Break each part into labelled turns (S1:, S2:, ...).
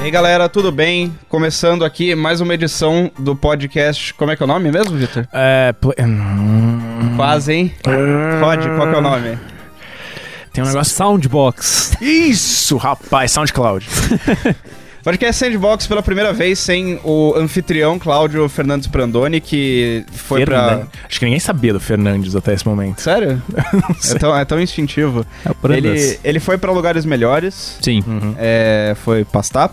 S1: E aí, galera, tudo bem? Começando aqui mais uma edição do podcast. Como é que é o nome mesmo, Vitor?
S2: É. pl- Hum.
S1: Quase, hein? Pode, qual que é o nome?
S2: Tem um negócio. Soundbox. Isso, rapaz, SoundCloud.
S1: Podcast Sandbox pela primeira vez sem o anfitrião Cláudio Fernandes Brandoni, que foi pra.
S2: Fernan- Acho que ninguém sabia do Fernandes até esse momento.
S1: Sério? É tão, é tão instintivo.
S2: É o
S1: Ele, ele foi pra lugares melhores,
S3: Sim.
S1: é, foi pastar.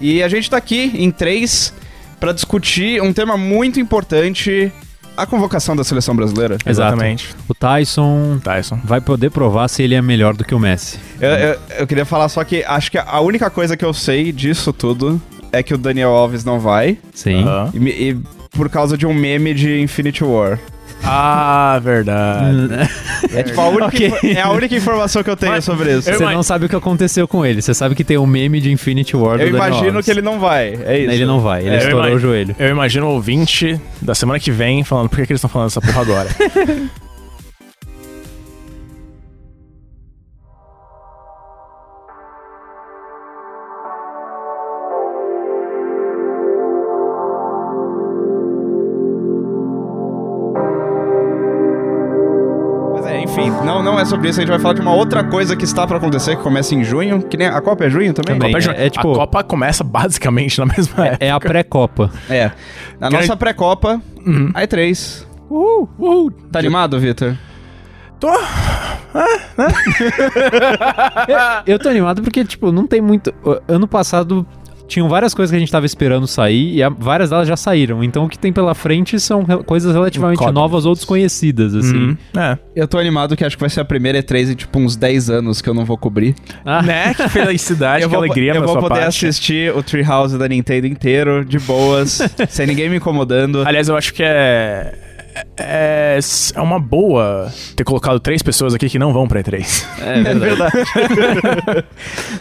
S1: E a gente tá aqui em três pra discutir um tema muito importante: a convocação da seleção brasileira.
S2: Exatamente.
S3: O Tyson
S2: Tyson.
S3: vai poder provar se ele é melhor do que o Messi.
S1: Eu, eu- eu queria falar só que acho que a única coisa que eu sei disso tudo é que o Daniel Alves não vai.
S3: Sim.
S2: Aham.
S1: E, me- e por causa de um meme de Infinity War.
S2: Ah, verdade.
S1: É, tipo, a única,
S3: Ok.
S1: info- é a única informação que eu tenho sobre isso.
S2: eu-
S3: Você não sabe o que aconteceu com ele. Você sabe que tem um meme de Infinity War do
S1: Eu
S3: Daniel
S1: imagino
S3: Alves.
S1: que ele não vai. É isso.
S3: Ele não vai, ele
S2: É, eu
S3: estourou
S2: imag-
S3: o joelho.
S2: Eu imagino o ouvinte da semana que vem falando por que, que eles estão falando essa porra agora.
S1: Mas é, enfim, não, não é sobre isso. A gente vai falar de uma outra coisa que está pra acontecer, que começa em junho. Que nem a Copa é junho também?
S3: Também.
S2: Copa ju-
S3: é, é tipo-
S2: A Copa começa basicamente na mesma época.
S3: É a pré-copa.
S1: É. Na
S2: Que
S1: nossa pré-Copa, aí três.
S2: Uhul, uhul.
S1: Tá animado, Vitor?
S2: Tô.
S3: Eu tô animado porque, tipo, não tem muito. Ano passado tinham várias coisas que a gente tava esperando sair e a- várias delas já saíram. Então o que tem pela frente são re- coisas relativamente
S2: Incógnitas.
S3: novas ou desconhecidas, assim.
S1: Uhum.
S2: Hum, é.
S1: Eu tô animado que acho que vai ser a primeira E3 em tipo uns 10 anos que eu não vou cobrir.
S3: Ah,
S2: Né? Que felicidade,
S1: eu
S2: que
S1: vou,
S2: alegria
S1: eu
S2: pra
S1: vou
S2: sua
S1: poder
S2: parte.
S1: assistir o Treehouse da Nintendo inteiro, de boas, sem ninguém me incomodando.
S2: Aliás, eu acho que é. É, é uma boa ter colocado três pessoas aqui que não vão pra E3.
S3: é verdade.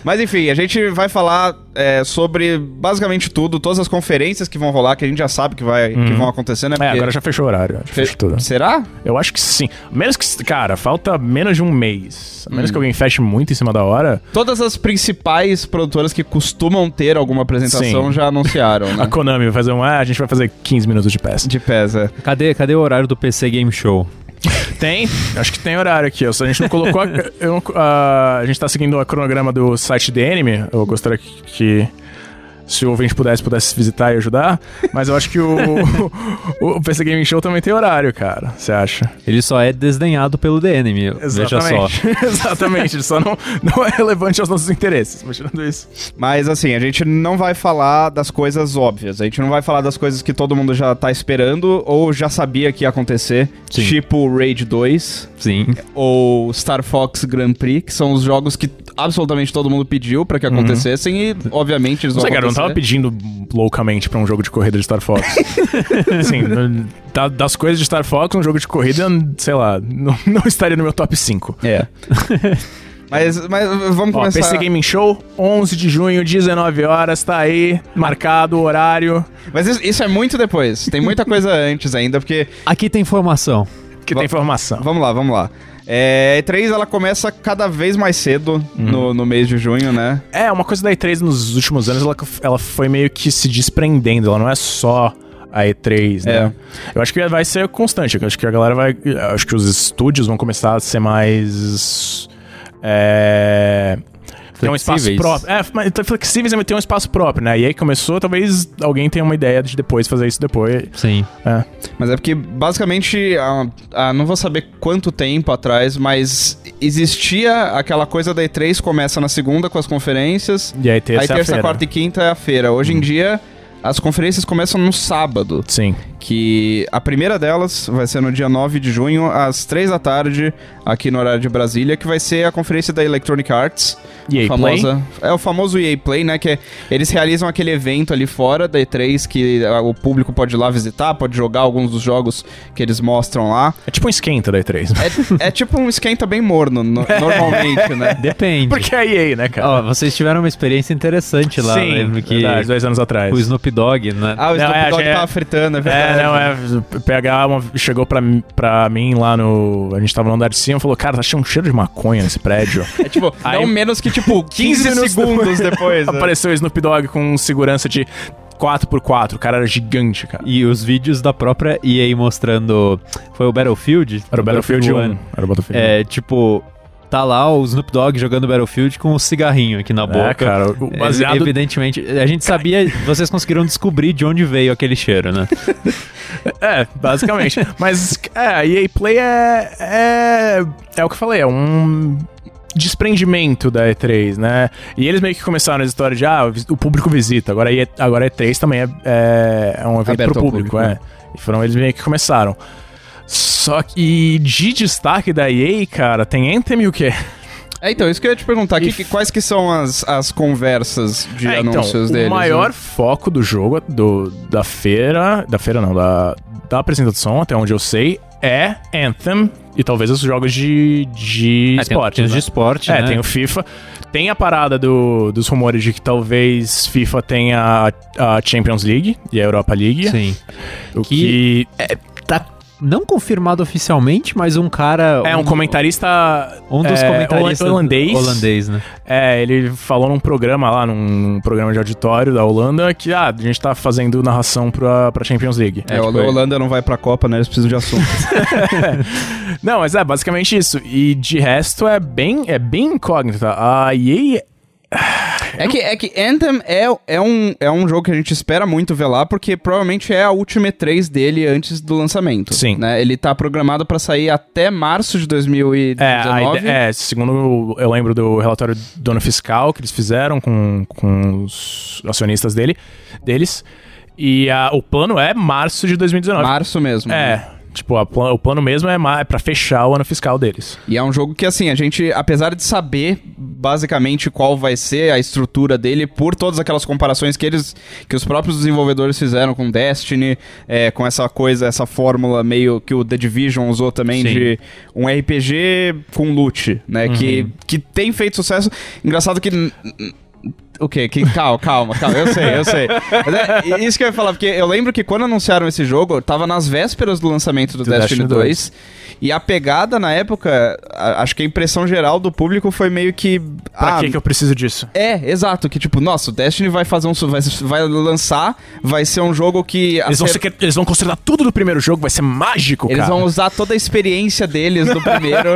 S1: Mas enfim, a gente vai falar é, sobre basicamente tudo, todas as conferências que vão rolar, que a gente já sabe que, vai, que vão acontecer, né?
S2: É,
S1: Porque-
S2: agora já fechou o horário. Já fechou tudo.
S1: Será?
S2: Eu acho que sim. Menos que. Cara, falta menos de um mês. A menos que alguém feche muito em cima da hora.
S1: Todas as principais produtoras que costumam ter alguma apresentação
S2: Sim.
S1: já anunciaram,
S2: A
S1: né?
S2: Konami vai fazer um. Ah, a gente vai fazer 15 minutos de peça.
S1: De é. pesa.
S3: Cadê, cadê o horário do PC Game Show?
S2: Tem? Acho que tem horário aqui. ó. Só a gente não colocou. A, eu não- a- a gente tá seguindo o cronograma do site The Anime. Eu gostaria que. que se o ouvinte pudesse, pudesse visitar e ajudar. Mas eu acho que o, o, o PC Gaming Show também tem horário, cara. Você acha?
S3: Ele só é desdenhado pelo The Enemy, veja só.
S2: Exatamente. Ele só não, não é relevante aos nossos interesses. Mas tirando isso.
S1: Mas assim, a gente não vai falar das coisas óbvias. A gente não vai falar das coisas que todo mundo já tá esperando ou já sabia que ia acontecer.
S3: Sim.
S1: Tipo Raid 2
S3: Sim.
S1: ou Star Fox Grand Prix, que são os jogos que absolutamente todo mundo pediu pra que acontecessem e, obviamente, eles vão
S2: Não sei, cara, eu
S1: acontecer.
S2: não tava pedindo loucamente pra um jogo de corrida de Star Fox. assim, n- da- das coisas de Star Fox, um jogo de corrida, sei lá, não, não estaria no meu top 5.
S1: É. mas, mas vamos
S2: Ó,
S1: começar...
S2: PC Gaming Show, 11 de junho, 19 horas, tá aí, marcado o horário.
S1: Mas isso, isso é muito depois. Tem muita coisa antes ainda, porque...
S3: Aqui tem informação.
S2: Que
S1: Va-
S2: tem informação.
S1: Vamos lá, vamos lá. É, E3, ela começa cada vez mais cedo no, no mês de junho, né?
S2: É, uma coisa da E3 nos últimos anos, ela, ela foi meio que se desprendendo, ela não é só a E3, né?
S3: É.
S2: Eu acho que vai ser constante, eu acho que a galera vai... eu Acho que os estúdios vão começar a ser mais... É... Tem um espaço
S3: Flexíveis.
S2: próprio. É, mas tá flexíveis, mas tem um espaço próprio, né? E aí começou, talvez alguém tenha uma ideia de depois fazer isso depois.
S3: Sim.
S2: É.
S1: Mas é porque, basicamente, ah, ah, não vou saber quanto tempo atrás, mas existia aquela coisa da E3, começa na segunda com as conferências,
S2: E aí terça, é
S1: aí terça,
S2: né?
S1: quarta e quinta é a feira.
S2: Hum.
S1: Hoje em dia, as conferências começam no sábado,
S2: Sim.
S1: que a primeira delas vai ser no dia 9 de junho, às 3 da tarde, aqui no horário de Brasília, que vai ser a conferência da Electronic Arts.
S2: EA
S1: famosa, É o famoso EA Play, né? Que é- eles realizam aquele evento ali fora da E3 que ah, o público pode ir lá visitar, pode jogar alguns dos jogos que eles mostram lá.
S2: É tipo um esquenta da E3.
S1: É, é tipo um esquenta bem morno, no- normalmente, né?
S3: Depende.
S2: Porque é EA, né, cara?
S3: Ó, vocês tiveram uma experiência interessante lá,
S2: Sim,
S3: lembro que
S2: verdade, dois anos atrás.
S3: o Snoop Dogg, né?
S1: Ah, o
S2: Não,
S1: Snoop
S2: é,
S1: Dogg
S2: já é-
S1: tava fritando, é
S2: É, É, não, é. o PH uma- chegou pra, mim- pra mim lá no. A gente tava no andar de cima e falou: Cara, tá achando um cheiro de maconha nesse prédio.
S1: É tipo,
S2: Aí-
S1: não menos que, tipo, 15,
S2: minutos
S1: segundos depois. né?
S2: Apareceu o Snoop Dogg com um segurança de 4x4. O cara era gigante, cara.
S3: E os vídeos da própria EA mostrando. Foi o Battlefield?
S2: Era o Battlefield 1. Era o Battlefield 1.
S3: É, tipo, tá lá o Snoop Dogg jogando Battlefield com um cigarrinho aqui na boca.
S2: É, cara, o
S3: É,
S2: baseado.
S3: Evidentemente, a gente sabia, vocês conseguiram descobrir de onde veio aquele cheiro, né?
S2: É, basicamente. Mas é, a EA Play é, é. É o que eu falei, é um desprendimento da E3, né? E eles meio que começaram a história de ah, o público visita. Agora, a E- agora a E3 também é, é, é um evento
S1: Aberto
S2: pro
S1: ao
S2: público,
S1: público,
S2: é.
S1: né?
S2: E foram eles meio que começaram. Só que de destaque da EA, cara, tem Anthem e o quê?
S1: É, então, isso que eu ia te perguntar. que-
S2: E-
S1: que- quais que são as, as conversas de
S2: É,
S1: anúncios
S2: então,
S1: deles?
S2: O maior
S1: né?
S2: foco do jogo, do, da feira. Da feira não, da, da apresentação, até onde eu sei, é Anthem e talvez os jogos de, de
S3: É, tem-
S2: esporte.
S3: tem os
S2: né?
S3: de esporte,
S2: É,
S3: né?
S2: tem o FIFA. Tem a parada do, dos rumores de que talvez FIFA tenha a, a Champions League e a Europa League.
S3: Sim.
S2: O
S3: Que-
S2: que,
S3: Tá não confirmado oficialmente, mas um cara.
S2: é um comentarista.
S3: Um dos
S2: é,
S3: comentaristas.
S2: holan- holandês.
S3: Holandês, né?
S2: É, ele falou num programa lá, num programa de auditório da Holanda, que ah, a gente tá fazendo narração pra, pra Champions League.
S1: É,
S2: tipo,
S1: a Holanda não vai pra Copa, né? Eles precisam de assunto.
S2: Não, mas é basicamente isso. E de resto é bem, é bem incógnita. A EA
S1: É que, é que Anthem é, é, um, é um jogo que a gente espera muito ver lá, porque provavelmente é a última E3 dele antes do lançamento.
S2: Sim.
S1: né? Ele tá programado pra sair até março de
S2: é, a
S1: 2019.
S2: ide- é, segundo eu lembro do relatório do dono fiscal que eles fizeram com, com os acionistas dele, deles. E a- o plano é março de 2019.
S1: Março mesmo. né?
S2: É. Tipo, a pla- o plano mesmo é, ma- é para fechar o ano fiscal deles.
S1: E é um jogo que, assim, a gente, apesar de saber basicamente qual vai ser a estrutura dele, por todas aquelas comparações que eles, que os próprios desenvolvedores fizeram com Destiny, é, com essa coisa, essa fórmula meio que o The Division usou também
S3: Sim.
S1: de um RPG com loot, né? Que, que tem feito sucesso. Engraçado que. n- n- O quê? que? Calma, calma, calma. Eu sei, eu sei. Mas é isso que eu ia falar, porque eu lembro que quando anunciaram esse jogo, tava nas vésperas do lançamento do,
S2: Do
S1: Destiny,
S2: Destiny
S1: 2. E a pegada na época, a- acho que a impressão geral do público foi meio que.
S2: Pra
S1: ah,
S2: que que eu preciso disso?
S1: É, exato. Que tipo, nossa, o Destiny vai fazer um. su- Vai, vai lançar, vai ser um jogo que.
S2: Eles vão,
S1: acer-
S2: sequer- eles vão consertar tudo do primeiro jogo, vai ser mágico,
S1: eles
S2: cara.
S1: vão usar toda a experiência deles do primeiro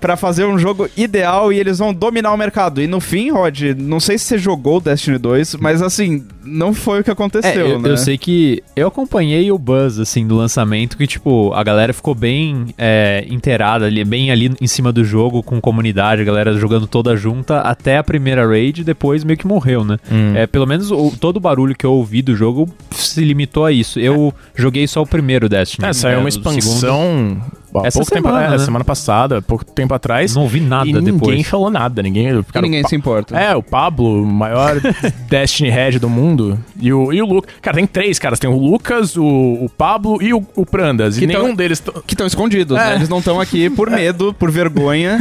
S1: pra fazer um jogo ideal e eles vão dominar o mercado. E no fim, Rod, não sei se você jogou o Destiny 2, mas assim, não foi o que aconteceu,
S3: É, eu,
S1: né?
S3: eu sei que eu acompanhei o buzz, assim, do lançamento, que, tipo, a galera ficou bem é, inteirada ali, bem ali em cima do jogo, com comunidade, a galera jogando toda junta, até a primeira raid, e depois meio que morreu, né? É, pelo menos o- todo o barulho que eu ouvi do jogo se limitou a isso. Eu joguei só o primeiro Destiny.
S2: É, saiu uma
S3: o segundo-
S2: expansão há
S3: Essa
S2: pouco tempo
S3: semana,
S2: é,
S3: né?
S2: semana passada, há pouco tempo atrás.
S3: Não ouvi nada
S2: e ninguém
S3: depois.
S2: falou nada, ninguém.
S1: E
S2: cara,
S1: ninguém
S2: o Pa-
S1: se importa.
S2: É, o Pablo, o maior Destiny Head do mundo. E o, e o Lucas. Cara, tem três caras. Tem o Lucas, o, o Pablo e o, o Prandas.
S1: Que
S2: e nenhum
S1: tão-
S2: deles. t-
S1: que estão escondidos,
S2: É.
S1: né? Eles não estão aqui por medo, por vergonha,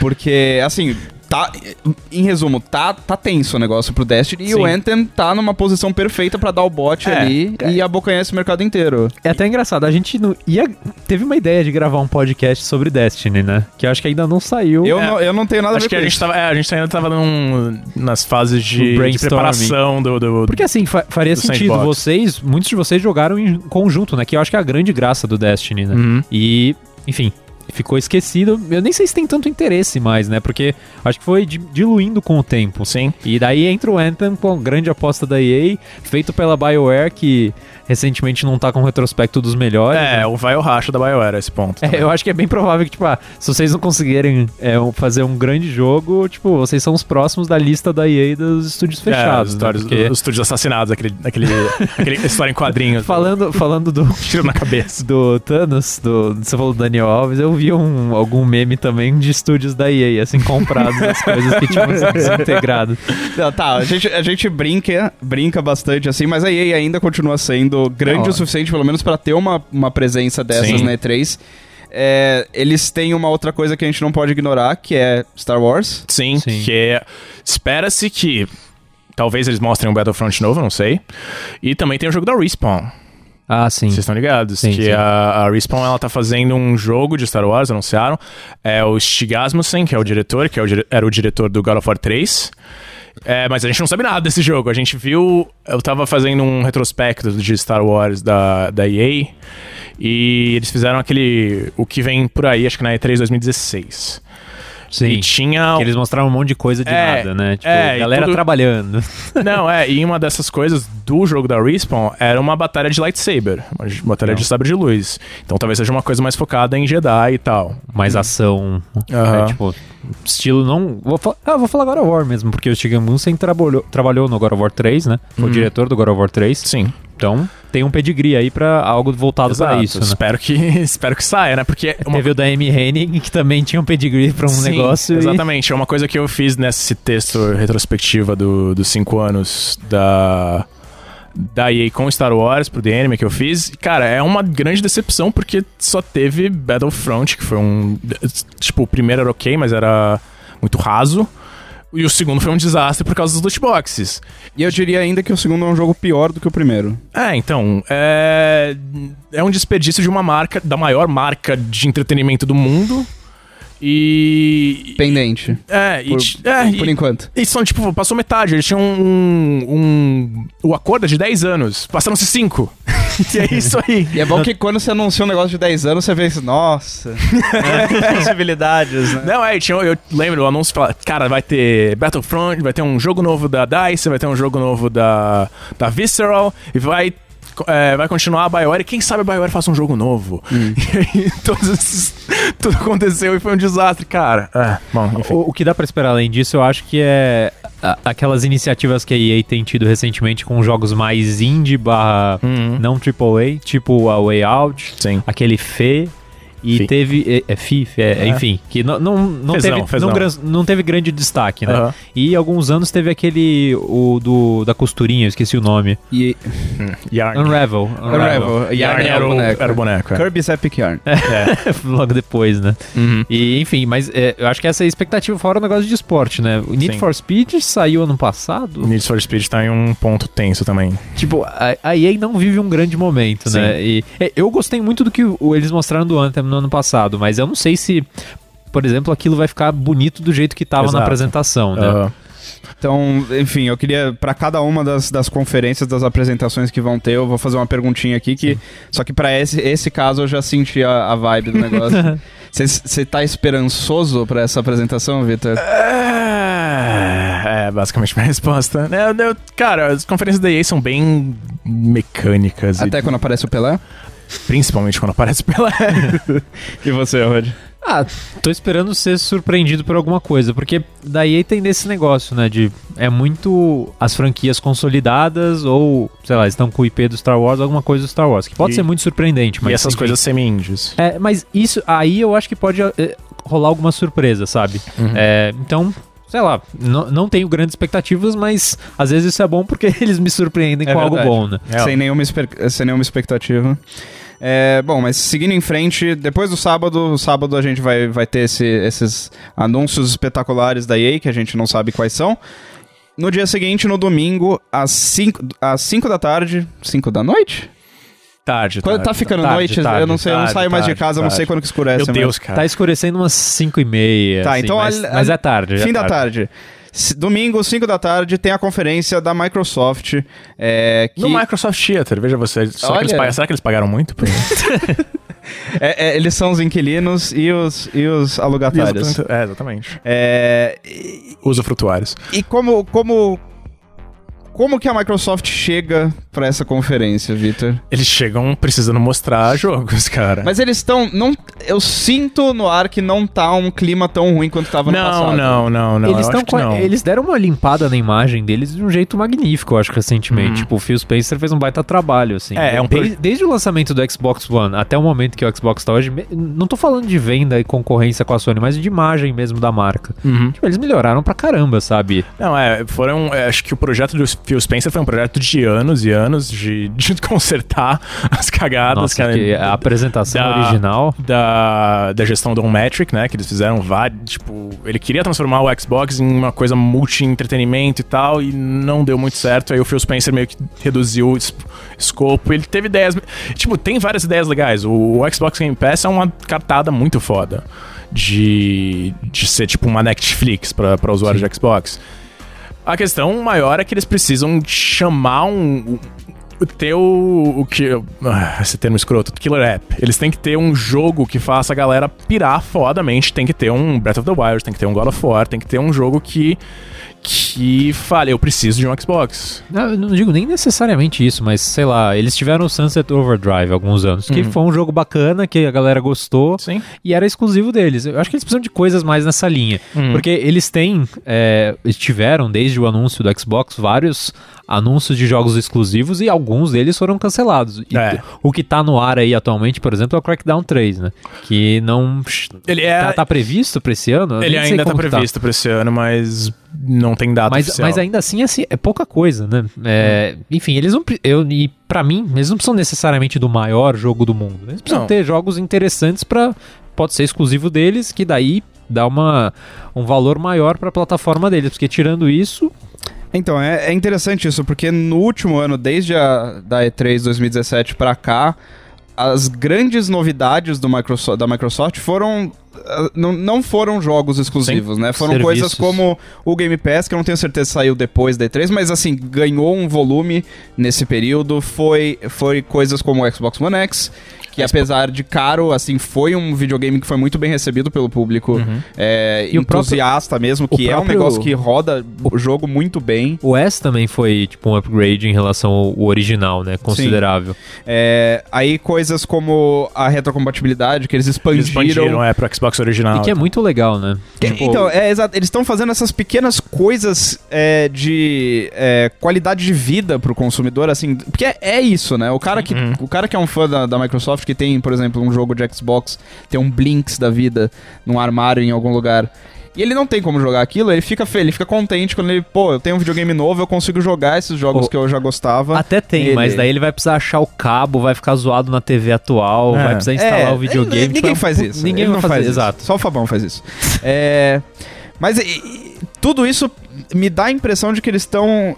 S1: porque, assim, tá... Em resumo, tá, tá tenso o negócio pro Destiny e
S2: Sim.
S1: o Anthem tá numa posição perfeita pra dar o bote
S2: É,
S1: ali e abocanhar esse mercado inteiro.
S3: É até engraçado, a gente não ia, teve uma ideia de gravar um podcast sobre Destiny, né? Que eu acho que ainda não saiu.
S1: Eu,
S2: É.
S1: não, eu não tenho nada
S2: Acho
S1: a ver
S2: que
S1: com
S2: a gente,
S1: isso.
S2: tava, é, a gente ainda tava num- nas fases de, de
S3: brainstorming.
S2: preparação do. do
S3: Porque assim, fa- faria
S2: Do
S3: sentido.
S2: sandbox.
S3: Vocês, muitos de vocês jogaram em conjunto, né? Que eu acho que é a grande graça do Destiny, né?
S2: Uhum.
S3: E, enfim, ficou esquecido. Eu nem sei se tem tanto interesse mais, né? Porque acho que foi di- diluindo com o tempo. assim.
S2: Sim.
S3: E daí entra o Anthem com a grande aposta da EA, feito pela BioWare, que recentemente não tá com um retrospecto dos melhores.
S2: É, o vai o racha da BioWare esse ponto.
S3: É, eu acho que é bem provável que, tipo, ah, se vocês não conseguirem é, um- fazer um grande jogo, tipo, vocês são os próximos da lista da EA dos estúdios fechados.
S2: É,
S3: né?
S2: histórias,
S3: Porque-
S2: Os estúdios assassinados, aquele, aquele, aquele história em quadrinhos.
S3: Falando, falando do,
S2: Tiro na cabeça.
S3: do Thanos, do, você falou do Daniel Alves, eu vi um, algum meme também de estúdios da EA, assim, comprados, as coisas que tinham se desintegrado.
S1: Tá, Tá, a gente, a gente brinca, brinca bastante assim, mas a EA ainda continua sendo grande
S2: Não,
S1: o suficiente, pelo menos, pra ter uma, uma presença dessas
S2: É Sim.
S1: na E3. É, eles têm uma outra coisa que a gente não pode ignorar, que é Star Wars.
S2: Sim,
S3: Sim.
S2: que é- espera-se que talvez eles mostrem um Battlefront novo, não sei. E também tem o jogo da Respawn.
S3: Ah, sim.
S2: Vocês estão ligados?
S3: Sim,
S2: que
S3: sim.
S2: A, a Respawn ela tá fazendo um jogo de Star Wars, anunciaram. É o Stig Asmussen, que é o diretor, que é o dire- era o diretor do God of War 3. É, mas a gente não sabe nada desse jogo. A gente viu. Eu tava fazendo um retrospecto de Star Wars da, da EA. E eles fizeram aquele. O que vem por aí, acho que na E3 2016.
S3: Sim.
S2: E tinha.
S3: Que eles mostraram um monte de coisa de
S2: É,
S3: nada, né? Tipo,
S2: é, e
S3: galera
S2: tudo-
S3: trabalhando.
S2: Não, é, e uma dessas coisas do jogo da Respawn era uma batalha de lightsaber, uma j- batalha de sabre de luz. Então talvez seja uma coisa mais focada em Jedi e tal.
S3: Mais ação.
S2: Aham.
S3: É, tipo, estilo não. Vou falar, ah, vou falar God of War mesmo, porque o Stig Amundsen trabalhou, trabalhou no God of War 3, né? Foi o diretor do God of War 3.
S2: Sim,
S3: Então, tem um pedigree aí pra algo voltado pra
S2: exato.
S3: isso, né?
S2: espero que espero que saia, né? Porque é uma
S3: Teve o da Amy Henning, que também tinha um pedigree pra um
S2: Sim,
S3: negócio. e-
S2: Exatamente. É uma coisa que eu fiz nesse texto retrospectiva do- dos cinco anos da. Da EA com Star Wars pro DNM que eu fiz, E, cara, é uma grande decepção porque só teve Battlefront, que foi um. Tipo, o primeiro era ok, mas era muito raso. E o segundo foi um desastre por causa dos loot boxes.
S1: E eu diria ainda que o segundo é um jogo pior do que o primeiro.
S2: É, então, é, é um desperdício de uma marca, da maior marca de entretenimento do mundo. E.
S1: Pendente.
S2: É, e,
S1: Por-
S2: ti- é,
S1: Por
S2: e-
S1: enquanto.
S2: E são, tipo, passou metade. Eles tinham um. um- o acordo é de 10 anos. Passaram-se 5. e é isso aí.
S1: E é bom que quando você anuncia um negócio de 10 anos, você vê isso, nossa. Possibilidades, né?
S2: Não, é, tinha, eu lembro, o anúncio fala, cara, vai ter Battlefront, vai ter um jogo novo da DICE, vai ter um jogo novo da, da Visceral, e vai, é, vai continuar a BioWare, e quem sabe a BioWare faça um jogo novo.
S1: Hum.
S2: E aí, todos esses- tudo aconteceu e foi um desastre, cara. É, bom, enfim.
S3: O, o que dá pra esperar além disso, eu acho que é a- aquelas iniciativas que a EA tem tido recentemente com jogos mais indie barra
S2: Uhum.
S3: não AAA, tipo a Way Out,
S2: Sim.
S3: aquele Fê. E
S2: Fi.
S3: teve. É, é FIFA, é,
S2: É.
S3: enfim. Que não, não, não,
S2: Fez
S3: teve,
S2: não, fez
S3: não
S2: não.
S3: gran- não teve grande destaque, né?
S2: Aham.
S3: E alguns anos teve aquele. O do, da costurinha, eu esqueci o nome.
S1: E
S2: Hum, Yarn.
S3: Unravel.
S1: Unravel. Yarn era o boneco.
S2: Era o boneco. é.
S1: Kirby's Epic Yarn.
S3: Logo depois, né?
S2: Uhum.
S3: E, enfim, mas é, eu acho que essa é a expectativa fora o negócio de esporte, né? O Need
S2: Sim.
S3: for Speed saiu ano passado.
S2: Need for Speed tá em um ponto tenso também.
S3: Tipo, a, a EA não vive um grande momento, né? E, é, eu gostei muito do que o- eles mostraram do Anthem no ano passado, mas eu não sei se, por exemplo, aquilo vai ficar bonito do jeito que tava na
S2: Exato.
S3: apresentação, né?
S2: Aham.
S1: Então, enfim, eu queria, pra cada uma das, das conferências, das apresentações que vão ter, eu vou fazer uma perguntinha aqui que. Só que pra esse, esse caso eu já senti a, a vibe do negócio. Você tá esperançoso pra essa apresentação, Vitor?
S2: É, é, basicamente minha resposta. É, Eu- eu- cara, as conferências da EA são bem mecânicas, e
S1: Até quando aparece o Pelé?
S2: principalmente quando aparece pela.
S1: E você, Rod?
S3: Ah, tô esperando ser surpreendido por alguma coisa, porque da EA tem desse negócio, né? De é muito as franquias consolidadas ou, sei lá, estão com o IP do Star Wars, alguma coisa do Star Wars, que pode
S2: E-
S3: ser muito surpreendente, mas.
S2: e essas
S3: enfim.
S2: coisas semi-índios.
S3: É, mas isso aí eu acho que pode eh, rolar alguma surpresa, sabe?
S1: Uhum.
S3: É, então, sei lá, n- não tenho grandes expectativas, mas às vezes isso é bom porque eles me surpreendem
S1: É
S3: com algo
S1: verdade.
S3: bom, né?
S2: É,
S1: Sem, nenhuma esper- sem nenhuma expectativa. É, bom, mas seguindo em frente, depois do sábado, sábado a gente vai, vai ter esse- esses anúncios espetaculares da EA, que a gente não sabe quais são. No dia seguinte, no domingo, às 5 às cinco da tarde. 5 da noite?
S2: tarde,
S1: Quando
S2: tarde,
S1: tá ficando
S2: tarde,
S1: noite,
S2: tarde,
S1: eu não sei, eu não
S2: tarde,
S1: saio mais de
S2: tarde,
S1: casa, eu não
S2: tarde.
S1: sei quando que escurece.
S2: É, Meu
S1: mas-
S2: Deus, cara.
S3: Tá escurecendo umas 5 e meia.
S1: Tá,
S3: assim,
S1: então
S3: mas,
S1: a-
S3: mas é tarde.
S1: Fim
S3: é
S1: da tarde. S- Domingo, 5 da tarde, tem a conferência da Microsoft. é, que
S2: No Microsoft Theater, veja você. Será, que eles
S1: Olha.
S2: pagam- será que eles pagaram muito por isso?
S1: é- é, eles são os inquilinos e os, e os alugatários.
S2: é, exatamente.
S1: É, e-
S2: Uso frutuários.
S1: E como, como, como que a Microsoft chega pra essa conferência, Vitor?
S2: Eles chegam precisando mostrar jogos, cara.
S1: Mas eles estão, não, eu sinto no ar que não tá um clima tão ruim quanto tava no
S2: não,
S1: passado.
S2: não, não, não.
S3: eles,
S2: eu
S3: tão
S2: acho que
S3: com-
S2: não.
S3: eles deram uma limpada na imagem deles de um jeito magnífico, eu acho, recentemente. Tipo, o Phil Spencer fez um baita trabalho, assim.
S2: Uhum. É, é um
S3: De-
S2: pro-
S3: desde, o lançamento do Xbox One até o momento que o Xbox tá hoje, me- não tô falando de venda e concorrência com a Sony, mas de imagem mesmo da marca.
S2: Uhum.
S3: Tipo, eles melhoraram pra caramba, sabe?
S2: Não, é, foram. é, acho que o projeto do Phil Spencer foi um projeto de anos e anos de, de consertar as cagadas
S3: Nossa,
S2: cara,
S3: que a apresentação
S2: da-
S3: original.
S2: da, da gestão do Metric, né? Que eles fizeram vários. Tipo, ele queria transformar o Xbox em uma coisa multi-entretenimento e tal, e não deu muito certo. Aí o Phil Spencer meio que reduziu o es- escopo. Ele teve ideias. Tipo, tem várias ideias legais. O, o Xbox Game Pass é uma cartada muito foda de, de ser tipo uma Netflix para usuários de Xbox. A questão maior é que eles precisam chamar um. um- ter o, o que. ah, esse termo escroto, Killer App. Eles têm que ter um jogo que faça a galera pirar fodamente. Tem que ter um Breath of the Wild, tem que ter um God of War, tem que ter um jogo que. que fale, eu preciso de um Xbox.
S3: Não, Ah, eu não digo nem necessariamente isso, mas sei lá, eles tiveram o Sunset Overdrive há alguns anos, que foi um jogo bacana, que a galera gostou
S2: Uhum. Sim.
S3: e era exclusivo deles. Eu acho que eles precisam de coisas mais nessa linha.
S2: Hum.
S3: Porque eles têm, é, eles tiveram desde o anúncio do Xbox vários anúncios de jogos exclusivos e alguns deles foram cancelados. E
S2: É.
S3: O que tá no ar aí atualmente, por exemplo, é o Crackdown 3, né? Que não.
S2: Ele é-
S3: Tá, tá previsto pra esse ano? Eu
S2: Ele
S3: nem sei
S2: ainda tá
S3: como que
S2: previsto pra esse ano, mas não tem data
S3: mas,
S2: oficial.
S3: mas ainda assim, assim, é pouca coisa, né? É, enfim, eles não. pre- Eu, e pra mim, eles não precisam necessariamente do maior jogo do mundo. né? Eles precisam
S2: Não.
S3: ter jogos interessantes pra. Pode ser exclusivo deles, que daí dá uma, um valor maior pra plataforma deles. Porque tirando isso.
S1: Então, é, é interessante isso, porque no último ano, desde a da E3 2017 pra cá, as grandes novidades do Microsoft, da Microsoft foram. ah, Não, não foram jogos exclusivos, né? Foram
S3: serviços.
S1: coisas como o Game Pass, que eu não tenho certeza se saiu depois da E3, mas assim, ganhou um volume nesse período. Foi, foi coisas como o Xbox One X, que apesar de caro, assim, foi um videogame que foi muito bem recebido pelo público é,
S3: Uhum. E o próprio-
S1: entusiasta mesmo,
S3: o
S1: que é um
S3: próprio-
S1: negócio que roda o jogo muito bem.
S3: O S também foi, tipo, um upgrade em relação ao ao original, né? Considerável.
S1: É, aí coisas como a retrocompatibilidade, que eles
S2: Eles
S1: expandiram.
S2: expandiram, é, pro Xbox
S1: Ah,
S2: original.
S3: E
S1: tá.
S3: que é muito legal, né?
S1: Que-
S3: Tipo,
S1: então, é, exato. Eles estão fazendo essas pequenas coisas é, de é, qualidade de vida pro consumidor, assim. Porque é, é isso, né? O cara, que,
S2: Uhum.
S1: o cara que é um fã da, da Microsoft, que tem, por exemplo, um jogo de Xbox, tem um Blinks da vida num armário em algum lugar. E ele não tem como jogar aquilo, ele fica feliz, ele fica contente quando ele, pô, eu tenho um videogame novo, eu consigo jogar esses jogos
S3: O-
S1: que eu já gostava.
S3: Até tem,
S1: Ele-
S3: mas daí ele vai precisar achar o cabo, vai ficar zoado na TV atual,
S2: É.
S3: vai precisar instalar
S1: É,
S3: o videogame.
S1: ele-
S3: tipo,
S1: Ninguém
S3: é um
S1: faz
S3: pu-
S1: isso.
S3: Ninguém
S1: Ele
S3: vai fazer,
S1: isso.
S3: exato.
S1: Só o Fabão faz isso. É, mas e- e, tudo isso me dá a impressão de que eles estão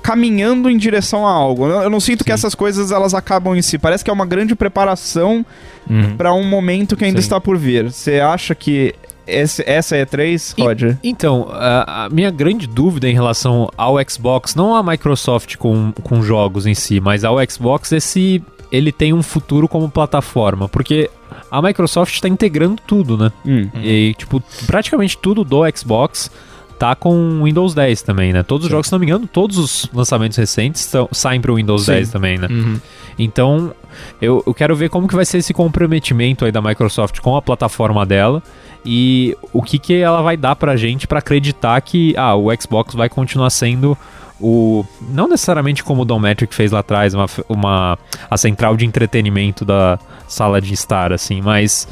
S1: caminhando em direção a algo. Eu, eu não sinto que essas coisas elas acabam em si. Parece que é uma grande preparação
S2: Uhum.
S1: pra um momento que ainda
S3: Sim.
S1: está por vir. Você acha que esse- essa é E3,
S3: E-
S1: Roger?
S3: Então, a, a minha grande dúvida em relação ao Xbox, não à Microsoft com, com jogos em si, mas ao Xbox, é se ele tem um futuro como plataforma. Porque a Microsoft está integrando tudo, né?
S1: Hum.
S3: E, tipo, praticamente tudo do Xbox tá com Windows 10 também, né? Todos os jogos, se não me engano, todos os lançamentos recentes são- saem para o Windows
S1: Sim.
S3: 10 também, né?
S2: Uhum.
S3: Então, eu, eu quero ver como que vai ser esse comprometimento aí da Microsoft com a plataforma dela e o que que ela vai dar pra gente pra acreditar que ah, o Xbox vai continuar sendo o não necessariamente como o Don Metric fez lá atrás, uma, f- uma a central de entretenimento da sala de estar assim, mas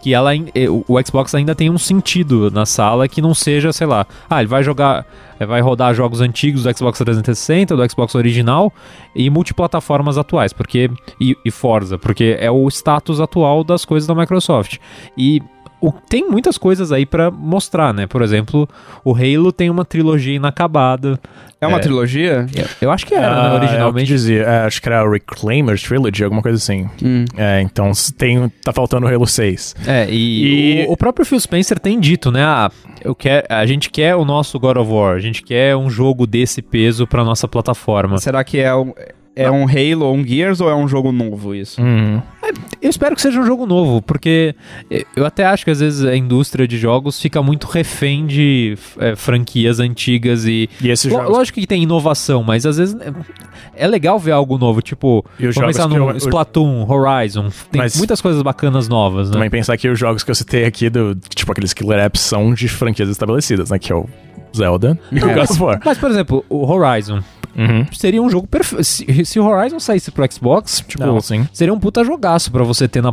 S3: que ela ain- eh, o o Xbox ainda tem um sentido na sala que não seja, sei lá, ah, ele vai jogar eh, vai rodar jogos antigos do Xbox 360, do Xbox original, e multiplataformas atuais, porque e, e Forza, porque é o status atual das coisas da Microsoft. E o- tem muitas coisas aí pra mostrar, né? Por exemplo, o Halo tem uma trilogia inacabada.
S1: É uma
S3: É.
S1: trilogia?
S3: Eu, eu acho que era, né,
S2: Ah, é o que
S3: originalmente.
S2: dizia. É, acho que era Reclaimers Trilogy, alguma coisa assim.
S1: Hum.
S2: É, então s- tem, tá faltando o Halo 6.
S3: É, e,
S2: E-
S3: O, o próprio Phil Spencer tem dito, né? Ah, eu quero, a gente quer o nosso God of War, a gente quer um jogo desse peso pra nossa plataforma.
S1: Será que é um, é um Halo ou um Gears ou é um jogo novo isso?
S3: Uhum. Eu espero que seja um jogo novo, porque eh, eu até acho que às vezes a indústria de jogos fica muito refém de eh, franquias antigas e.
S2: E esses
S3: Lo-
S2: jogos,
S3: Lógico que tem inovação, mas às vezes eh, é legal ver algo novo, tipo,
S2: E os jogos
S3: vamos pensar
S2: que
S3: no
S2: eu- eu-
S3: Splatoon, Horizon, tem
S2: Mas-
S3: muitas coisas bacanas novas, né?
S2: também pensar que os jogos que eu citei aqui, do, tipo aqueles killer apps, são de franquias estabelecidas, né? Que é o Zelda e
S1: É.
S2: o God of War.
S3: Mas, por exemplo, o Horizon
S2: Uhum.
S3: seria um jogo perfeito. Se, se o Horizon saísse pro Xbox, tipo,
S2: Não, sim.
S3: seria um puta jogaço pra você ter na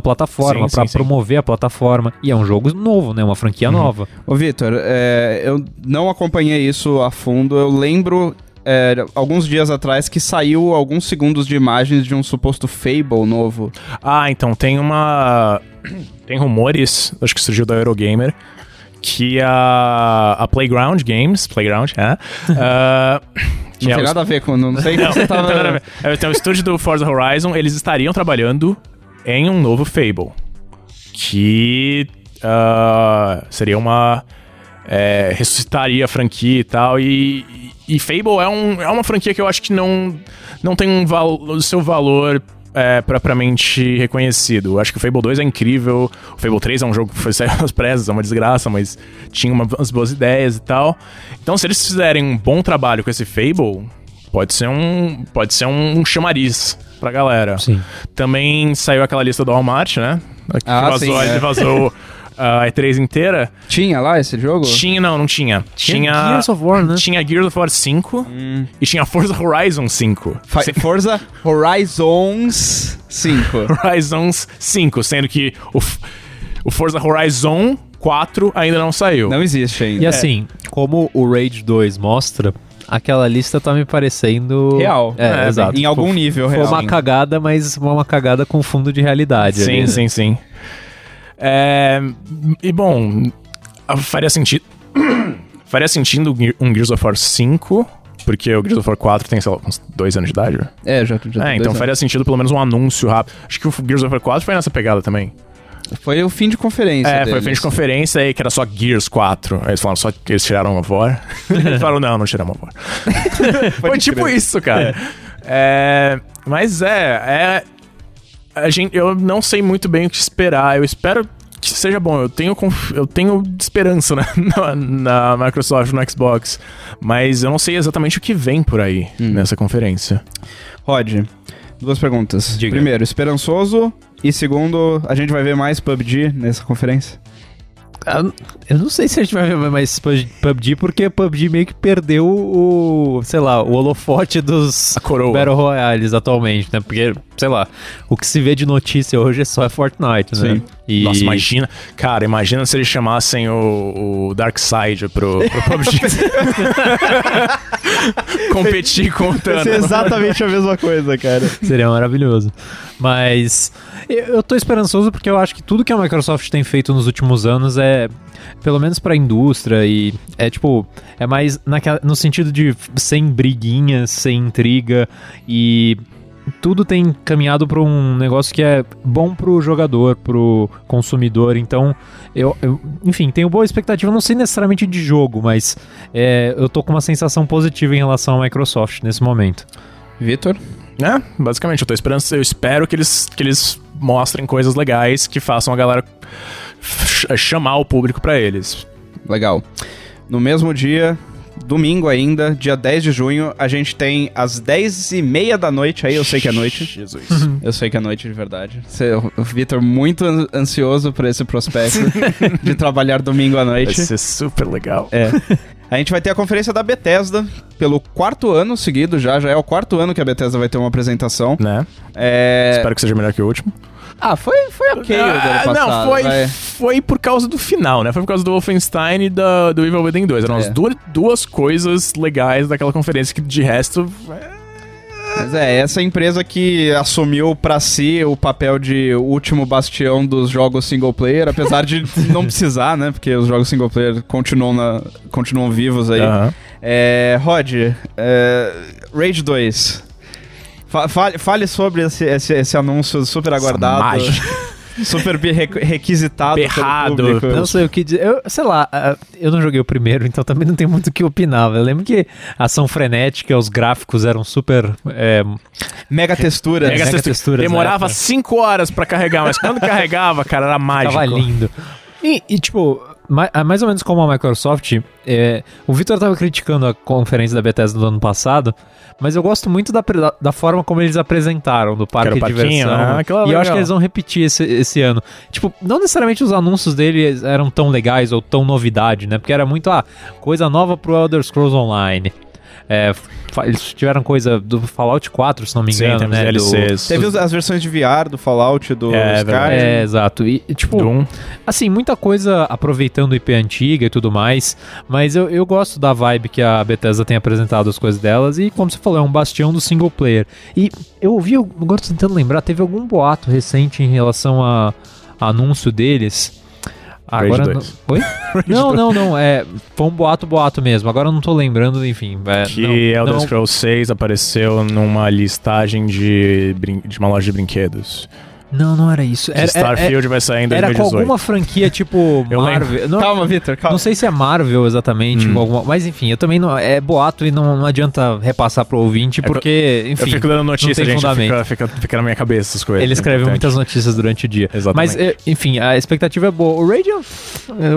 S2: Sim,
S3: plataforma, pra
S2: sim, Uhum. sim.
S3: promover a plataforma. E é um jogo novo, né? Uma franquia nova.
S1: Ô, Vitor, é, eu não acompanhei isso a fundo. Eu lembro é, alguns dias atrás que saiu alguns segundos de imagens de um suposto Fable novo.
S2: Ah, então tem uma. Tem rumores, acho que surgiu da Eurogamer, que a, a Playground Games, Playground, é. ah, que
S1: Não
S2: é
S1: tem
S2: o-
S1: nada a ver com. Não sei o que você
S2: Não, não, não,
S1: tava.
S2: não. É, Tem o estúdio do Forza Horizon, eles estariam trabalhando em um novo Fable. Que ah, seria uma. é, ressuscitaria a franquia e tal. E, e Fable é, um, é uma franquia que eu acho que não, não tem um val- o seu valor. é, propriamente reconhecido. Eu Acho que o Fable 2 é incrível. O Fable 3 é um jogo que foi sair aos prezes, é uma desgraça, mas tinha uma- umas boas ideias e tal. Então, se eles fizerem um bom trabalho com esse Fable, Pode ser um, pode ser um chamariz pra galera.
S3: Sim.
S2: Também saiu aquela lista do Walmart, né? Que
S1: Ah,
S2: vazou,
S1: sim, é.
S2: vazou ah, a E3 inteira.
S1: Tinha lá esse jogo?
S2: Tinha, não, não tinha. Tinha,
S3: Gears of War, né?
S2: Tinha Gears of War Hum. 5 e tinha Forza Horizon 5.
S1: Fa-
S2: Se-
S1: Forza Horizons 5.
S2: Horizons 5, sendo que o, f- o Forza Horizon 4 ainda não saiu.
S1: Não existe ainda.
S2: É.
S3: E assim, como o Raid 2 mostra, aquela lista tá me parecendo.
S1: Real.
S3: É,
S2: É,
S3: exato.
S1: Em algum nível,
S3: Foi
S1: real.
S3: uma cagada, mas uma cagada com fundo de realidade. ali,
S2: Sim,
S3: né?
S2: sim, sim. É, e bom, a- faria sentido. faria sentido um Ge- um Gears of War 5, porque o Gears of War 4 tem, sei lá, uns dois anos de idade. né?
S1: É, já, já
S2: É, então faria sentido pelo menos um anúncio rápido. Acho que o Gears of War 4 foi nessa pegada também.
S1: Foi o fim de conferência.
S2: é, foi
S1: deles.
S2: fim de conferência aí que era só Gears 4. Aí eles falaram só que eles tiraram a VOR. eles falaram, não, não tiramos a VOR. Foi tipo isso, cara. É, mas é, é. A gente, eu não sei muito bem o que esperar. Eu espero que seja bom. Eu tenho, conf- eu tenho esperança na, na- na Microsoft, no Xbox. Mas eu não sei exatamente o que vem por aí nessa conferência.
S1: Rod, duas perguntas.
S3: Diga.
S1: Primeiro, esperançoso. E segundo, a gente vai ver mais PUBG nessa conferência?
S3: Eu- Eu não sei se a gente vai ver mais Pub- PUBG, porque PUBG meio que perdeu o, sei lá, o holofote dos
S2: A coroa.
S3: Battle Royales atualmente, né? Porque, sei lá, o que se vê de notícia hoje é só é Fortnite, né?
S1: Sim.
S3: E...
S2: Nossa, imagina. Cara, imagina se eles chamassem o, o Darkseid pro, pro PUBG. Competir com o
S1: Vai
S2: Thanos.
S1: ser exatamente a mesma coisa, cara.
S3: Seria maravilhoso. Mas eu eu tô esperançoso porque eu acho que tudo que a Microsoft tem feito nos últimos anos é, pelo menos pra indústria, e é tipo, é mais naquela- no sentido de f- sem briguinha, sem intriga e. Tudo tem caminhado pra um negócio que é bom pro jogador, pro consumidor. Então, eu, eu- enfim, tenho boa expectativa, não sei necessariamente de jogo, mas é, eu tô com uma sensação positiva em relação à Microsoft nesse momento.
S1: Vitor?
S2: né? Basicamente, eu tô esperando, eu espero que eles, que eles mostrem coisas legais que façam a galera ch- chamar o público pra eles.
S1: Legal. No mesmo dia, domingo ainda, dia 10 de junho, a gente tem às 10h30 da noite, aí eu sei que é noite.
S2: Jesus.
S1: Eu sei que é noite de verdade. Você- O Vitor muito an- ansioso por esse prospecto de trabalhar domingo à
S2: Vai
S1: noite.
S2: ser super legal.
S1: É. A gente vai ter a conferência da Bethesda pelo quarto ano seguido já. Já é o quarto ano que a Bethesda vai ter uma apresentação.
S2: Né?
S1: É...
S2: Espero que seja melhor que o último.
S1: Ah, foi, foi ok o dele
S2: Ah,
S1: passado.
S2: não, foi,
S1: vai.
S2: foi por causa do final, né? Foi por causa do Wolfenstein e da, do Evil Within 2. Eram as
S1: É.
S2: duas, duas coisas legais daquela conferência que, de resto,
S1: Mas é, essa empresa que assumiu pra si o papel de último bastião dos jogos single player, apesar de não precisar, né? Porque os jogos single player continuam, na- continuam vivos aí.
S3: né,
S2: Aham.
S1: É, Rod, é, Rage 2. Fa- fale, fale sobre esse, esse- esse anúncio super aguardado.
S2: mágica.
S1: Super bi- requ- requisitado
S2: Berrado.
S1: pelo
S3: Eu
S1: público.
S3: não sei o que dizer. Eu, sei lá, ah, eu não joguei o primeiro, então também não tem muito o que opinar. Eu lembro que a ação frenética, os gráficos eram super. é,
S1: Mega textura.
S3: Mega
S2: Mega
S3: né, texturas,
S2: Demorava
S3: né?
S2: 5 horas pra carregar, mas quando carregava, cara, era mágico.
S3: tava lindo. E, e, tipo, ma- ah, mais ou menos como a Microsoft, é, o Victor tava criticando a conferência da Bethesda do ano passado, mas eu gosto muito da, pre- da forma como eles apresentaram do parque
S2: Era o
S3: de
S2: parquinho,
S3: diversão.
S2: né? Aquilo era
S3: e eu acho
S2: legal.
S3: que eles vão repetir esse, esse ano. Tipo, não necessariamente os anúncios deles eram tão legais ou tão novidade, né? Porque era muito, ah, coisa nova pro Elder Scrolls Online. É, fa- eles tiveram coisa do Fallout 4, se não me
S2: Sim,
S3: engano,
S2: temos
S3: né? do-
S2: DLCs.
S1: Teve as- as versões de VR do Fallout, do
S2: É,
S1: Skyrim.
S2: verdade.
S3: É, exato. E, e, tipo,
S2: Doom.
S3: assim, muita coisa aproveitando o IP antiga e tudo mais, mas eu, eu gosto da vibe que a Bethesda tem apresentado as coisas delas, e como você falou, é um bastião do single player. E eu ouvi, agora tô tentando lembrar, teve algum boato recente em relação a a anúncio deles.
S2: Rage
S3: Agora
S2: 2.
S3: não... Oi? não, não, não. É, foi um boato, boato mesmo. Agora eu não tô lembrando, enfim. é, não,
S2: Que Elder
S3: não-
S2: Scrolls 6 apareceu numa listagem de, brin- de uma loja de brinquedos.
S3: não, não era isso.
S2: Que
S3: Era, era,
S2: Starfield vai sair em
S3: era com
S2: 2018.
S3: alguma franquia tipo
S2: Eu lembro.
S3: Marvel. Não,
S1: Calma, Victor,
S2: Tá.
S1: calma.
S3: Não sei se é Marvel exatamente,
S2: Hum.
S3: ou alguma- mas enfim, eu também não. É boato e não, não adianta repassar pro ouvinte,
S2: que eu-
S3: porque,
S2: É Eu
S3: enfim.
S2: fico dando notícia,
S3: tem
S2: gente. Fica,
S3: fundamento.
S2: fica, fica na minha cabeça essas coisas. né,
S3: Ele escreve
S2: Importante.
S3: muitas notícias durante o dia.
S2: Exatamente.
S3: Mas, é, enfim, a expectativa é boa. O Raid, eu-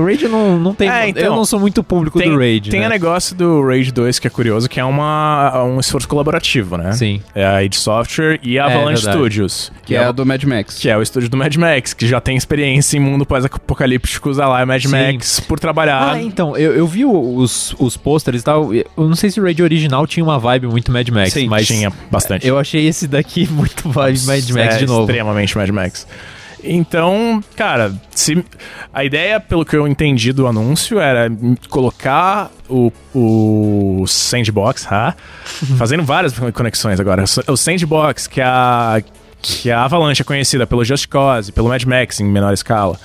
S3: o Raid não, não tem.
S2: É, então,
S3: eu não sou muito público
S2: Tem,
S3: do Raid.
S2: tem
S3: né?
S2: o negócio do Rage 2 que é curioso, que é uma, um esforço colaborativo, né?
S3: Sim.
S2: É a id Software e a
S3: É,
S2: Avalanche
S3: verdade.
S2: Studios.
S1: Que é o do Mad Max.
S2: Que é o estúdio do Mad Max, que já tem experiência em mundo pós-apocalíptico, usar lá é Mad
S3: Sim.
S2: Max por trabalhar.
S3: Ah, então, eu, eu vi os, os pôsteres e tal. Eu não sei se o Raid original tinha uma vibe muito Mad Max,
S1: Sim,
S3: mas.
S2: Tinha bastante.
S3: Eu achei esse daqui muito vibe Mad Max
S2: É,
S3: de novo.
S2: Extremamente Mad Max. Então, cara, se- a ideia, pelo que eu entendi do anúncio, era colocar o, o Sandbox, ah,
S3: Uhum.
S2: fazendo várias conexões agora. O Sandbox, que é a, que a Avalanche é conhecida pelo Just Cause, pelo Mad Max em menor escala,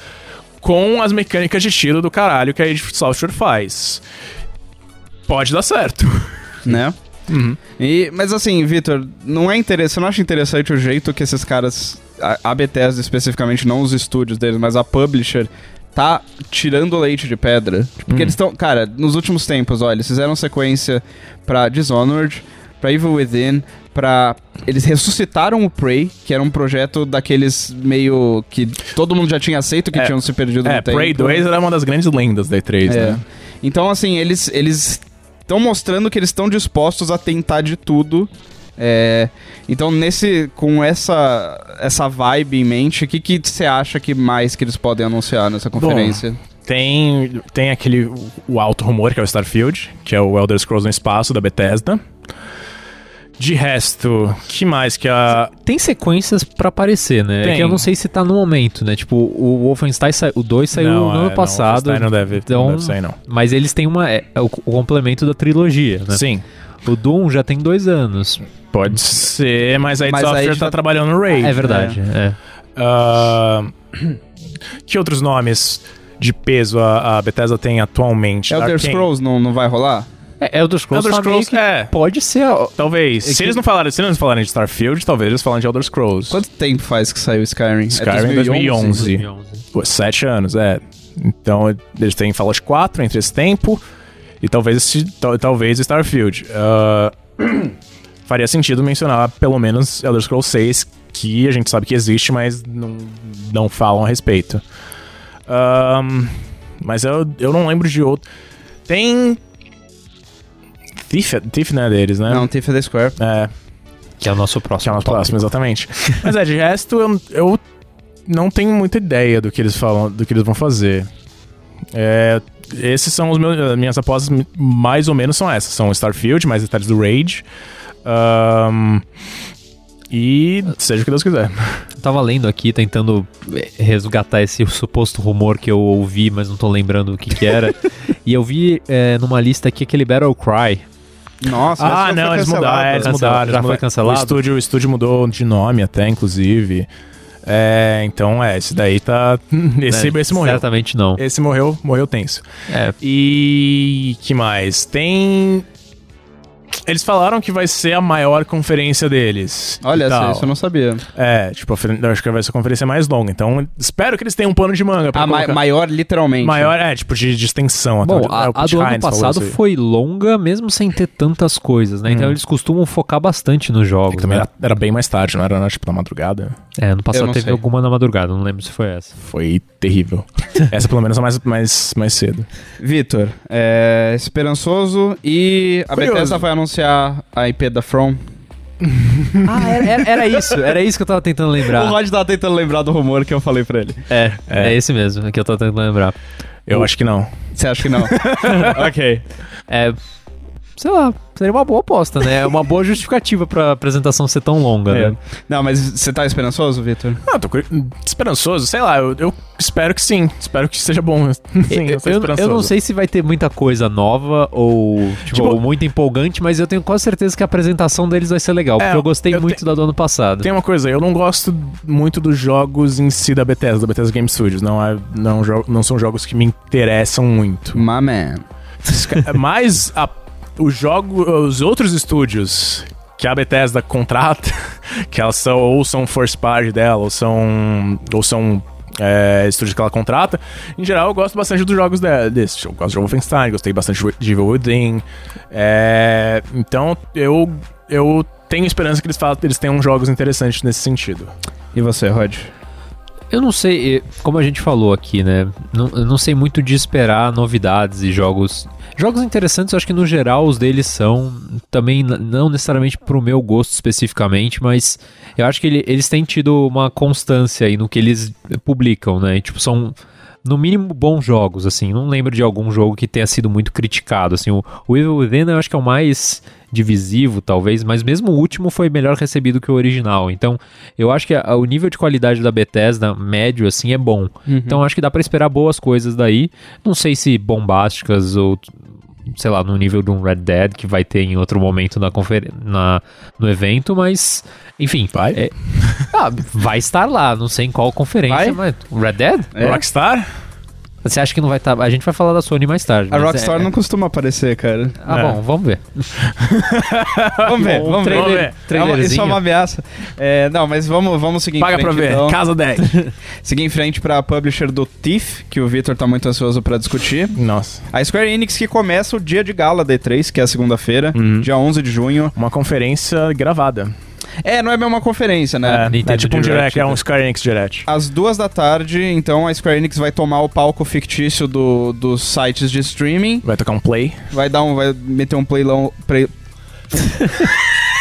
S2: com as mecânicas de tiro do caralho que a id Software faz. Pode dar certo.
S1: né?
S2: Uhum.
S1: E, mas assim, Vitor, não é interessante, você não acha interessante o jeito que esses caras, a, a Bethesda especificamente, não os estúdios deles, mas a publisher, tá tirando leite de pedra? Tipo,
S2: Uhum.
S1: Porque eles estão, cara, nos últimos tempos, olha, eles fizeram sequência pra Dishonored, pra Evil Within, pra... Eles ressuscitaram o Prey, que era um projeto daqueles meio que todo mundo já tinha aceito que
S2: É.
S1: tinham se perdido
S2: É,
S1: no tempo.
S2: Prey 2 era uma das grandes lendas da E3,
S1: É.
S2: né?
S1: Então, assim, eles eles estão mostrando que eles estão dispostos a tentar de tudo. É, então, nesse com essa essa vibe em mente, o que que você acha que mais que eles podem anunciar nessa conferência?
S2: Tem, tem aquele o alto rumor que é o Starfield, que é o Elder Scrolls no espaço da Bethesda. De resto, que mais que a
S3: Tem sequências pra aparecer, né? É
S2: Tem.
S3: que eu não sei se tá no momento, né? Tipo, o Wolfenstein, sai- o 2 saiu
S2: Não,
S3: no
S2: é,
S3: ano
S2: não,
S3: passado.
S2: Wolfenstein não deve,
S3: então-
S2: não deve sair não.
S3: Mas eles têm uma. É, é o, o complemento da trilogia, né?
S2: Sim,
S3: O Doom já tem dois anos.
S2: pode ser, mas a id
S1: Mas a
S2: Software
S1: id
S2: tá
S1: tá-
S2: trabalhando no Raid.
S3: É verdade. é.
S2: Ah, que outros nomes de peso a, a Bethesda tem atualmente?
S1: Elder
S2: Arcane.
S1: Scrolls não, não vai rolar?
S3: É, Elder Scrolls,
S2: Elder
S3: tá meio
S2: Scrolls,
S3: que
S2: é.
S3: pode ser. ó,
S2: Talvez.
S3: É
S2: se
S3: que-
S2: eles não falarem, se eles não falarem de Starfield, talvez eles falem de Elder Scrolls.
S1: Quanto tempo faz que saiu Skyrim?
S2: Skyrim é 2011. Sim.
S3: 2011.
S2: Pô, Sete anos, é. Então eles têm Fallout 4 entre esse tempo e talvez esse, tal- talvez Starfield. Ah, faria sentido mencionar pelo menos Elder Scrolls 6, que a gente sabe que existe, mas não, não falam a respeito. Ahn, mas eu, eu não lembro de outro. Tem. Thief, Thief não é deles, né?
S1: Não, tem da Square.
S2: É,
S3: Que é o nosso
S2: que é
S3: próximo.
S2: o nosso
S3: tópico.
S2: próximo, exatamente. Mas é, de resto, eu, eu não tenho muita ideia do que eles falam, do que eles vão fazer. É, esses são os meus, as minhas apostas, mais ou menos são essas. São Starfield, mais detalhes do Raid. Ahn, e seja o que Deus quiser.
S3: Eu tava lendo aqui, tentando eh, resgatar esse suposto rumor que eu ouvi, mas não tô lembrando o que que era. e eu vi eh, numa lista aqui aquele Battle Cry.
S1: Nossa,
S2: Ah,
S1: essa foi
S2: não, eles
S1: cancelada.
S2: mudaram, eles mudaram.
S3: Cancel-
S2: eles
S3: já foi
S2: mudaram.
S3: cancelado?
S2: O estúdio, o estúdio mudou de nome até, inclusive. É, então, é, esse daí tá... Esse,
S3: né?
S2: esse morreu.
S3: Certamente não.
S2: Esse morreu, morreu tenso.
S3: É,
S2: E que mais? Tem. Eles falaram que vai ser a maior conferência deles.
S1: Olha,
S2: e tal.
S1: essa, isso eu não sabia.
S2: É, tipo, a confer- eu acho que vai ser a conferência mais longa. Então, espero que eles tenham um pano de manga pra
S1: Ah, ma-
S2: colocar.
S1: maior literalmente.
S2: Maior, é, tipo, de, de extensão. até
S3: Bom,
S2: onde- é,
S3: a,
S2: o
S3: a
S2: Pete
S3: do ano
S2: Hines falou
S3: passado
S2: isso aí.
S3: foi longa, mesmo sem ter tantas coisas, né? Então eles costumam focar bastante nos
S2: É que
S3: jogos.
S2: também
S3: né?
S2: era, era bem mais tarde, não era, né, tipo, na madrugada.
S3: É, ano
S1: Eu
S3: passado
S1: não
S3: teve
S1: sei.
S3: alguma na madrugada, não lembro se foi essa.
S2: Foi terrível. Essa, pelo menos, é mais, mais, mais cedo.
S1: Vitor, é, esperançoso e a
S2: Curioso.
S1: Bethesda vai anunciar a IP da From.
S3: ah, era, era- era isso, era isso que eu tava tentando
S1: O
S3: lembrar.
S1: Rod tava tentando lembrar do rumor que eu falei pra ele.
S3: É,
S2: É.
S3: é, esse mesmo, é que eu tava tentando lembrar.
S2: Eu
S3: O-
S2: acho que não.
S1: Você acha que não? ok.
S3: É. Sei lá, Seria uma boa aposta, né? É uma boa justificativa pra apresentação ser tão longa,
S1: É.
S3: né?
S1: Não, mas você tá esperançoso, Vitor?
S2: Não, Ah, eu tô curi- esperançoso, sei lá, eu, eu espero que sim. Espero que seja bom. Sim, eu, tô
S3: eu,
S2: esperançoso.
S3: eu não sei se vai ter muita coisa nova ou, tipo,
S2: Tipo-
S3: ou muito empolgante, mas eu tenho quase certeza que a apresentação deles vai ser legal,
S2: É,
S3: porque eu gostei
S2: eu
S3: muito
S2: te-
S3: da do ano passado.
S2: Tem uma coisa, eu não gosto muito dos jogos em si da Bethesda, da Bethesda Game Studios. Não, é, não, jo- não são jogos que me interessam muito.
S1: My man.
S2: Mas a- o jogo, os outros estúdios que a Bethesda contrata, que elas são ou são first party dela, ou são ou são é, estúdios que ela contrata. Em geral, eu gosto bastante dos jogos dela. Desse. Eu gosto de Wolfenstein, gostei bastante de Evil Within. É, então, eu eu tenho esperança que eles falam, eles tenham jogos interessantes nesse sentido.
S1: E você, Rod?
S3: Eu não sei, eh, como a gente falou aqui, né? Não, eu não sei muito de esperar novidades e jogos. Jogos interessantes, eu acho que no geral os deles são também, n- não necessariamente pro meu gosto especificamente, mas eu acho que ele- eles têm tido uma constância aí no que eles publicam, né? E, tipo, são no mínimo bons jogos, assim. Não lembro de algum jogo que tenha sido muito criticado, assim. O, o Evil Within eu acho que é o mais divisivo, talvez, mas mesmo o último foi melhor recebido que o original. Então, eu acho que a- o nível de qualidade da Bethesda médio, assim, é bom.
S1: Uhum.
S3: Então, acho que dá pra esperar boas coisas daí. Não sei se bombásticas ou sei lá, no nível de um Red Dead que vai ter em outro momento na confer... na no evento, mas enfim,
S2: Vai?
S3: é- Ah, vai estar lá, não sei em qual conferência, mas Red Dead?
S1: É?
S2: Rockstar?
S3: Você acha que não vai estar? A gente vai falar da Sony mais tarde.
S1: A
S3: mas
S1: Rockstar
S3: é-
S1: não costuma aparecer, cara.
S3: Ah,
S2: É.
S3: bom, vamos ver.
S1: Vamos ver,
S2: bom,
S1: vamos ver.
S2: vamos ver.
S1: É uma- Isso é uma ameaça. É, não, mas vamos, vamos seguir
S2: Paga
S1: em
S2: pra
S1: frente.
S2: ver.
S1: então.
S2: Casa 10.
S1: Seguir em frente pra publisher do Thief, que o Vitor tá muito ansioso pra discutir.
S2: Nossa.
S1: A Square Enix que começa o dia de gala da E3, que é a segunda-feira,
S2: Uhum.
S1: dia 11 de junho.
S2: Uma conferência gravada.
S1: É, não é bem uma conferência, né?
S2: É, é
S3: Nintendo
S2: tipo um
S3: Direct, né?
S2: direct, é um Square Enix Direct.
S1: Às duas da tarde, então a Square Enix vai tomar o palco fictício do- dos sites de streaming,
S2: Vai tocar um play.
S1: vai dar um, vai meter um playlão, play-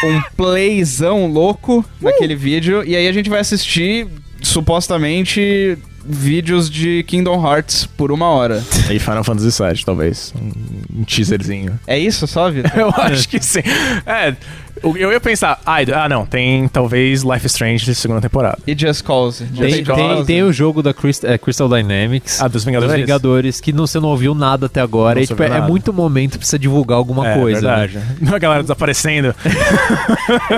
S1: um playzão louco naquele vídeo e aí a gente vai assistir supostamente vídeos de Kingdom Hearts por uma hora.
S2: E Final Fantasy VII, talvez. Um, um teaserzinho.
S1: É isso só, Vitor?
S2: Eu acho que sim. É, eu eu ia pensar, ah, ah, não, tem talvez Life is Strange de segunda temporada.
S1: E Just Cause. Just
S3: Tem, tem,
S1: Cause.
S3: tem o jogo da Crystal, é, Crystal Dynamics.
S2: Ah, dos
S3: dos
S2: Vingadores?
S3: Vingadores, que não, você não ouviu nada até agora.
S2: Não
S3: E, tipo,
S2: soube
S3: é
S2: nada.
S3: muito momento pra você divulgar alguma
S2: É,
S3: coisa. né? É,
S2: verdade. A galera desaparecendo.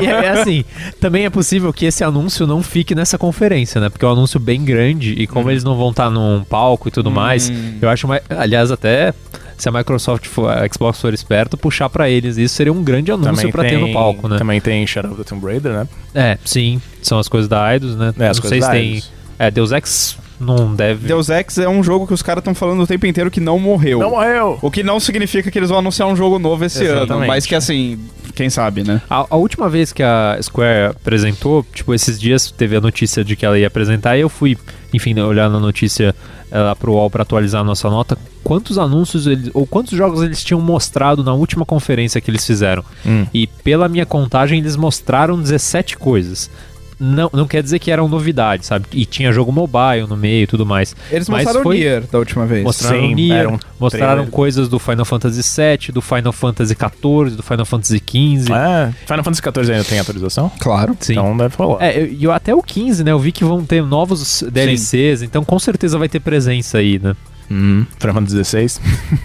S3: E é, é assim, também é possível que esse anúncio não fique nessa conferência, né? Porque é um anúncio bem grande e
S1: Uhum.
S3: como eles não vão estar num palco e tudo mais, eu acho mais. Aliás, até se a Microsoft for, a Xbox for esperto, puxar pra eles isso seria um grande anúncio pra ter no palco, né?
S2: Também tem Shadow of the Tomb Raider, né?
S3: É, sim, são as coisas da Eidos, né?
S2: É, as
S3: não
S2: coisas
S3: sei se
S2: da
S3: tem.
S2: Eidos.
S3: É, Deus Ex não deve.
S1: Deus Ex é um jogo que os caras estão falando o tempo inteiro que não morreu.
S2: Não morreu!
S1: O que não significa que eles vão anunciar um jogo novo esse ano,
S2: Exatamente.
S1: mas que assim, quem sabe, né?
S3: A, a última vez que a Square apresentou, tipo, esses dias teve a notícia de que ela ia apresentar e eu fui, enfim, né, olhar na notícia eh, lá pro UOL pra atualizar a nossa nota, quantos anúncios eles, ou quantos jogos eles tinham mostrado na última conferência que eles fizeram.
S2: Hum.
S3: E pela minha contagem, eles mostraram 17 coisas. Não, não quer dizer que eram novidades, sabe? E tinha jogo mobile no meio e tudo mais.
S1: Eles
S3: Mas
S1: mostraram
S3: foi-
S1: o Nier da última vez.
S3: Mostraram
S2: Sim,
S3: Nier,
S2: era um
S3: mostraram
S2: trailer.
S3: coisas do Final Fantasy VII, do Final Fantasy XIV, do Final Fantasy XV.
S2: É, Final Fantasy XIV ainda tem atualização?
S1: Claro.
S3: Sim.
S2: Então deve rolar.
S3: É, eu- e eu, até o 15, né? Eu vi que vão ter novos DLCs, então com certeza vai ter presença aí, né?
S2: Hum, Final Fantasy XVI.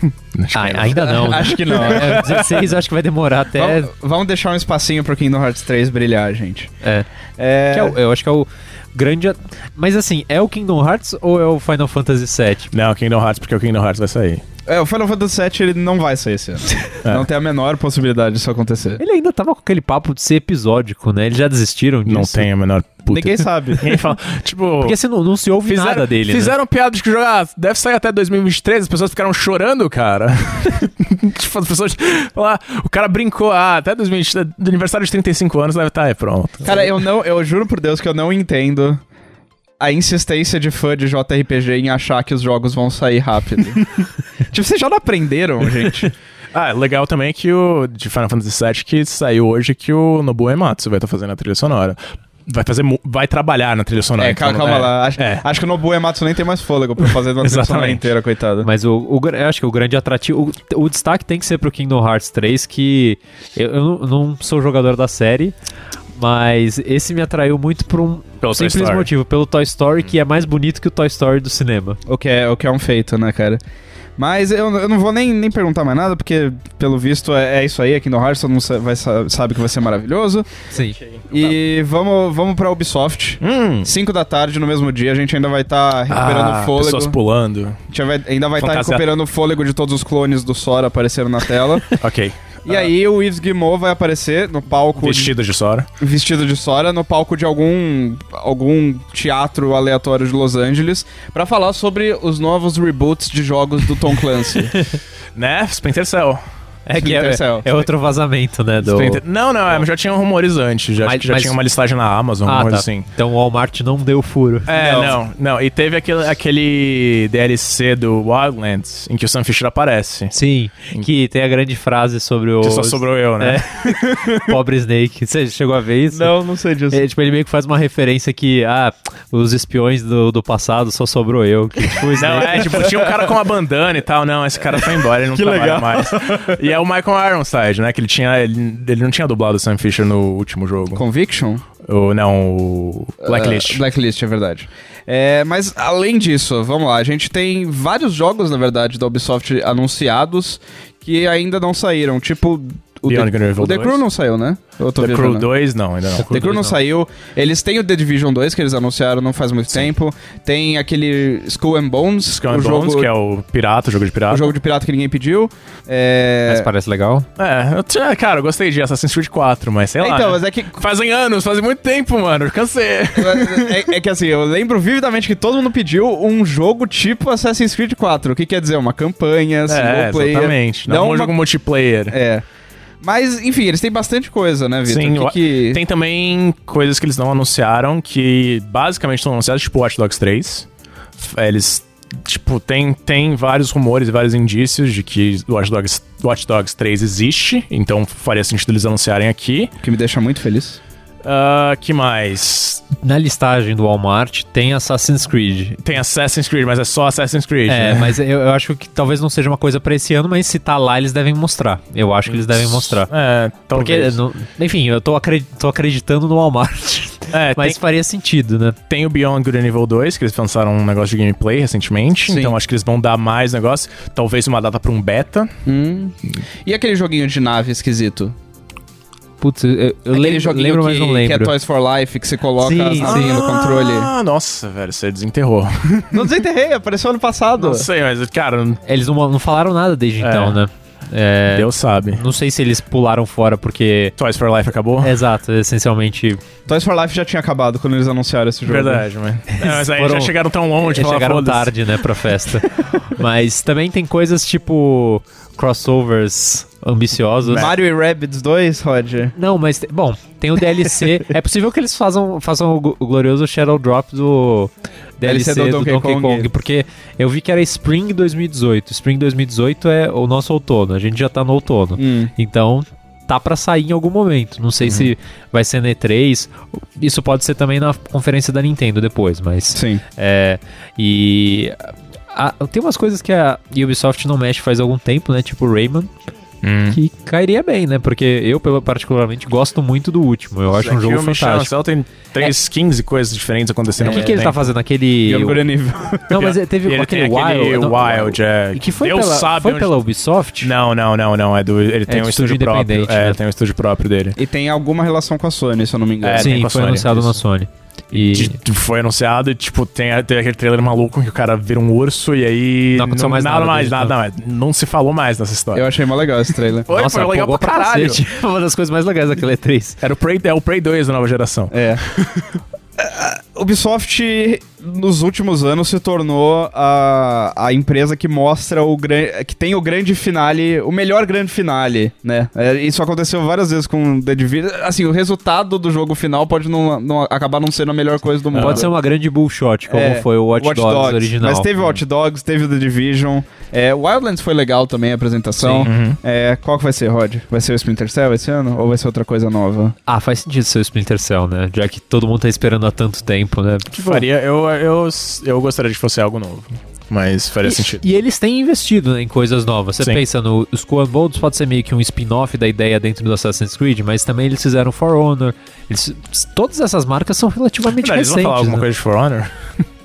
S2: Acho que
S3: Ah,
S2: é.
S3: ainda não. né?
S1: Acho que não.
S3: É, é, 16 eu acho que vai demorar até.
S1: Vamos, vamos deixar um espacinho pro Kingdom Hearts 3 brilhar, gente.
S3: É,
S1: É,
S3: que é o- eu acho que é o grande. a- Mas assim, é o Kingdom Hearts ou é o Final Fantasy VII?
S2: Não, Kingdom Hearts, porque o Kingdom Hearts vai sair.
S1: é, o Final Fantasy VII ele não vai sair esse ano.
S2: É.
S1: Não tem a menor possibilidade disso acontecer.
S3: Ele ainda tava com aquele papo de ser episódico, né? Eles já desistiram disso.
S2: Não tem a menor puta.
S1: Ninguém sabe.
S2: Ninguém fala. Tipo.
S3: Porque se não, não se ouve nada dele. né?
S2: Fizeram piada de que o jogo ah, deve sair até 2023, as pessoas ficaram chorando, cara. tipo, as pessoas lá, o cara brincou, ah, até 2023, do aniversário de 35 anos deve estar aí, pronto.
S1: Cara, eu não, eu juro por Deus que eu não entendo a insistência de fã de JRPG em achar que os jogos vão sair rápido. tipo, vocês já não aprenderam, gente.
S2: Ah, legal também que o de Final Fantasy VII que saiu hoje que o Nobuo Ematsu vai estar fazendo a tá trilha sonora. vai fazer. mu- Vai trabalhar na trilha sonora.
S1: É, calma,
S2: então,
S1: calma lá. Acho,
S2: é.
S1: acho que Ah, o Nobu Ematsu nem tem mais fôlego pra fazer uma trilha sonora
S2: Exatamente.
S1: inteira, coitado.
S3: Mas o, o gra- eu acho que o grande atrativo. O, o destaque tem que ser pro Kingdom Hearts 3, que eu, eu não, não sou jogador da série, mas esse me atraiu muito por um
S2: Pelo Toy
S3: simples
S2: Story. Hum.
S3: motivo, pelo Toy Story, que é mais bonito que o Toy Story do cinema.
S1: O que é, o que é um feito, né, cara? Mas eu, eu não vou nem, nem perguntar mais nada, porque, pelo visto, é, é isso aí. Aqui no Hearts todo mundo sa- vai, sa- sabe que vai ser maravilhoso.
S3: Sim.
S1: E vamos, vamos pra Ubisoft.
S2: Hum.
S1: 5 da tarde, no mesmo dia, a gente ainda vai estar recuperando
S2: Ah,
S1: fôlego.
S2: pessoas pulando.
S1: A gente vai- ainda vai estar
S2: Fantasia-
S1: recuperando o fôlego de todos os clones do Sora aparecendo na tela.
S2: ok.
S1: e aí o Yves Guillemot vai aparecer no palco de-
S2: Vestidas de Sora.
S1: vestido de Sora no palco de algum algum teatro aleatório de Los Angeles pra falar sobre os novos reboots de jogos do Tom Clancy.
S2: Né? Splinter Cell.
S3: É que é,
S1: Splinter Cell.
S3: é outro vazamento, né? Do...
S2: Splinter- Não, não, é, já tinha rumores antes. Já,
S3: Mas-
S2: acho que já
S3: mas-
S2: tinha uma listagem na Amazon,
S3: Ah,
S2: mas
S3: tá.
S2: assim.
S3: Então o Walmart não deu furo.
S2: É,
S1: Não.
S2: não. não, E teve aquele, aquele DLC do Wildlands em que o Sam Fisher aparece.
S3: Sim, que tem a grande frase sobre o.
S2: Que só sobrou eu, né?
S3: É. Pobre Snake. Você chegou a ver isso?
S1: não sei disso.
S3: É, tipo, ele meio que faz uma referência que, ah, os espiões do, do passado só sobrou eu. Que, tipo, o
S2: Não,
S3: Snake-
S2: é, tipo, tinha um cara com uma bandana e tal. Não, esse cara foi embora, ele não
S1: Que
S2: trabalha
S1: legal.
S2: mais. E é o Michael Ironside, né? Que ele tinha. Ele, ele não tinha dublado o Sam Fisher no último jogo.
S1: Conviction?
S2: O, não, o. Blacklist.
S1: Ah, Blacklist, é verdade. É, mas além disso, vamos lá, a gente tem vários jogos, na verdade, da Ubisoft anunciados que ainda não saíram. Tipo, o
S2: Beyond Good and
S1: The,
S2: Evil
S1: o The
S2: 2.
S1: Crew não saiu, né? Eu tô
S2: The Crew
S1: viajando.
S2: 2, não, ainda não.
S1: The Crew não saiu. Eles têm o The Division 2, que eles anunciaram não faz muito tempo. Tem aquele Skull and Bones,
S2: Skull
S1: o
S2: and
S1: jogo,
S2: Bones, que é o pirata, o jogo de pirata.
S1: o jogo de pirata que ninguém pediu. É...
S3: Mas parece legal.
S2: É, eu tinha, cara, eu gostei de Assassin's Creed 4, mas sei lá.
S1: Então,
S2: né?
S1: mas é que.
S2: Fazem anos, fazem muito tempo, mano. eu Cansei.
S1: é, é que assim, eu lembro vividamente que todo mundo pediu um jogo tipo Assassin's Creed 4. O que quer dizer? Uma campanha,
S2: É,
S1: single player.
S2: exatamente. Não,
S1: Não
S2: um
S1: uma-
S2: jogo multiplayer.
S1: É. Mas, enfim, eles têm bastante coisa, né, Vitor?
S2: Sim,
S1: O
S2: eu-
S1: que que-
S2: Tem também coisas que eles não anunciaram que basicamente estão anunciadas, tipo Watch Dogs 3. F- é, Eles, tipo, tem, tem vários rumores e vários indícios de que Watch Dogs, Watch Dogs 3 existe, então faria sentido eles anunciarem aqui.
S1: o que me deixa muito feliz.
S2: Ah, que mais?
S3: Na listagem do Walmart tem Assassin's Creed.
S2: Tem Assassin's Creed, mas é só Assassin's Creed.
S3: É,
S2: né?
S3: mas eu, eu acho que talvez não seja uma coisa pra esse ano, mas se tá lá, eles devem mostrar. Eu acho que eles devem mostrar.
S2: É,
S3: Porque,
S2: talvez.
S3: não- enfim, eu tô, acre- tô acreditando no Walmart.
S2: É,
S3: Mas faria sentido, né?
S2: Tem o Beyond Good and Evil 2, que eles lançaram um negócio de gameplay recentemente.
S1: Sim.
S2: Então acho que eles vão dar mais negócio. Talvez uma data pra um beta.
S1: E aquele joguinho de nave esquisito?
S3: Putz, eu, eu
S1: aquele
S3: lembro,
S1: joguinho
S3: lembro,
S1: que,
S3: mas não
S1: que é
S3: lembro.
S1: Toys for Life, que você coloca
S3: Sim,
S1: as
S3: sim.
S1: navinhas no controle.
S2: Ah, nossa, velho, você desenterrou.
S1: Não desenterrei, apareceu ano passado.
S2: Não sei, mas, cara,
S3: Eles não, não falaram nada desde então, né? É,
S2: Deus sabe.
S3: Não sei se eles pularam fora porque.
S2: Toys for Life acabou?
S3: Exato, essencialmente.
S1: Toys for Life já tinha acabado quando eles anunciaram esse jogo.
S2: Verdade, mas. É, mas aí já
S3: Foram-
S2: chegaram tão longe,
S3: eles
S2: falaram,
S3: chegaram
S2: "Foda-se."
S3: tarde, né, pra festa. Mas também tem coisas tipo crossovers ambiciosos.
S1: Mario e Rabbids 2, Roger?
S3: Não, mas, te- bom, tem o DLC. é possível que eles façam, façam o gl- o glorioso Shadow Drop do DLC, do, Donkey, Kong. porque eu vi que era Spring 2018. Spring 2018 é o nosso outono, a gente já tá no outono.
S1: Hum.
S3: Então, tá pra sair em algum momento. Não sei se vai ser na E3. Isso pode ser também na conferência da Nintendo depois, mas.
S1: Sim.
S3: É, e. a- tem umas coisas que a Ubisoft não mexe faz algum tempo, né? Tipo Rayman,
S2: Hum.
S3: que cairia bem, né? Porque eu, pelo- particularmente, gosto muito do último. Eu acho um
S2: Aqui
S3: jogo
S2: é o Michel é
S3: fantástico.
S2: Ancel tem três skins e coisas diferentes acontecendo.
S3: O
S2: ao
S3: que,
S2: mesmo
S3: que ele tá
S2: tempo.
S3: fazendo? Aquele. Não, mas é, teve
S2: E ele
S3: aquele,
S2: tem aquele
S3: Wild. não,
S2: Wild, é.
S3: E que foi,
S2: Deus
S3: pela,
S2: sabe
S3: foi
S2: onde-
S3: pela Ubisoft?
S2: Não, não, não, não. É do, ele tem
S3: de
S2: um
S3: estúdio
S2: estúdio próprio.
S3: independente,
S2: É,
S3: né?
S2: tem um estúdio próprio dele.
S1: E tem alguma relação com a Sony, se eu não me engano.
S2: É, tem
S3: Sim,
S2: com a
S3: foi
S2: Sony,
S3: anunciado
S2: isso.
S3: na Sony. E
S2: De- de- foi anunciado e, tipo, tem, a- tem aquele trailer maluco que o cara vira um urso e aí.
S3: Não aconteceu mais nada então.
S2: mais,
S3: desde
S2: nada mais. Não se falou mais nessa história.
S1: Eu achei mó legal esse trailer.
S2: Foi,
S3: Nossa,
S2: foi legal
S3: empolgou
S2: pra caralho.
S3: cacete. Uma das coisas mais legais daquele E3.
S2: é Era o Prey, é o Prey 2 da nova geração.
S1: É. Ubisoft nos últimos anos se tornou a, a empresa que mostra o grande que tem o grande finale, o melhor grande finale, né? É, isso aconteceu várias vezes com The Division. Assim, o resultado do jogo final pode não, não- acabar não sendo a melhor coisa do mundo.
S3: É. Pode ser uma grande bullshot, como
S1: É,
S3: foi o Watch, Dogs, original.
S1: Mas teve Watch Dogs, teve The Division. É, Wildlands foi legal também a
S3: Então,
S1: apresentação.
S2: Uhum.
S1: É, qual que vai ser, Rod? Vai ser o Splinter Cell esse ano? Ou vai ser outra coisa nova?
S3: Ah, faz sentido ser o Splinter Cell, né? Já que todo mundo tá esperando há tanto tempo, né?
S2: Que faria, eu, eu, eu gostaria de que fosse algo novo. Mas faria sentido.
S3: E, e eles têm investido né, em coisas novas. Você
S2: Sim.
S3: pensa no os Skull and Bones pode ser meio que um spin-off da ideia dentro do Assassin's Creed, mas também eles fizeram For Honor. Eles- todas essas marcas são relativamente
S2: Verdade, eles vão
S3: recentes.
S2: falar alguma
S3: né?
S2: coisa de For Honor?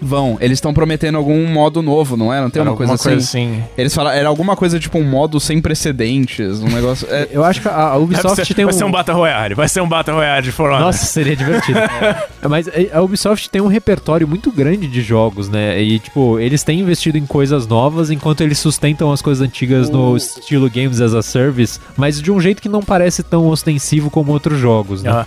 S1: Vão, eles estão prometendo algum modo novo, não é? Não tem
S2: Era
S1: uma coisa
S2: alguma
S1: assim?
S2: assim.
S1: Eles falaram, era alguma coisa tipo um modo sem precedentes, um negócio. é,
S3: Eu acho que a a
S2: Vai
S3: Ubisoft
S2: ser,
S3: tem
S2: vai ser um
S3: um
S2: Battle Royale, vai ser um Battle Royale de For Honor.
S3: Nossa, seria divertido. Mas eh, a Ubisoft tem um repertório muito grande de jogos, né? E, tipo, eles têm investido em coisas novas enquanto eles sustentam as coisas antigas no estilo Games as a Service, mas de um jeito que não parece tão ostensivo como outros jogos, né?
S2: Ah,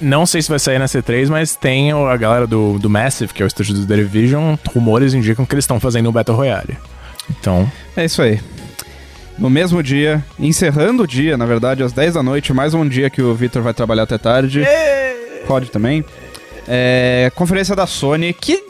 S2: não sei se vai sair na C3, mas tem o- a galera do, do Massive, que é o estúdio do The Division, rumores indicam que eles estão fazendo um Battle Royale. Então,
S1: é isso aí. No mesmo dia, encerrando o dia, na verdade, às 10 da noite, mais um dia que o Victor vai trabalhar até tarde. Rod também. É, conferência da Sony, que,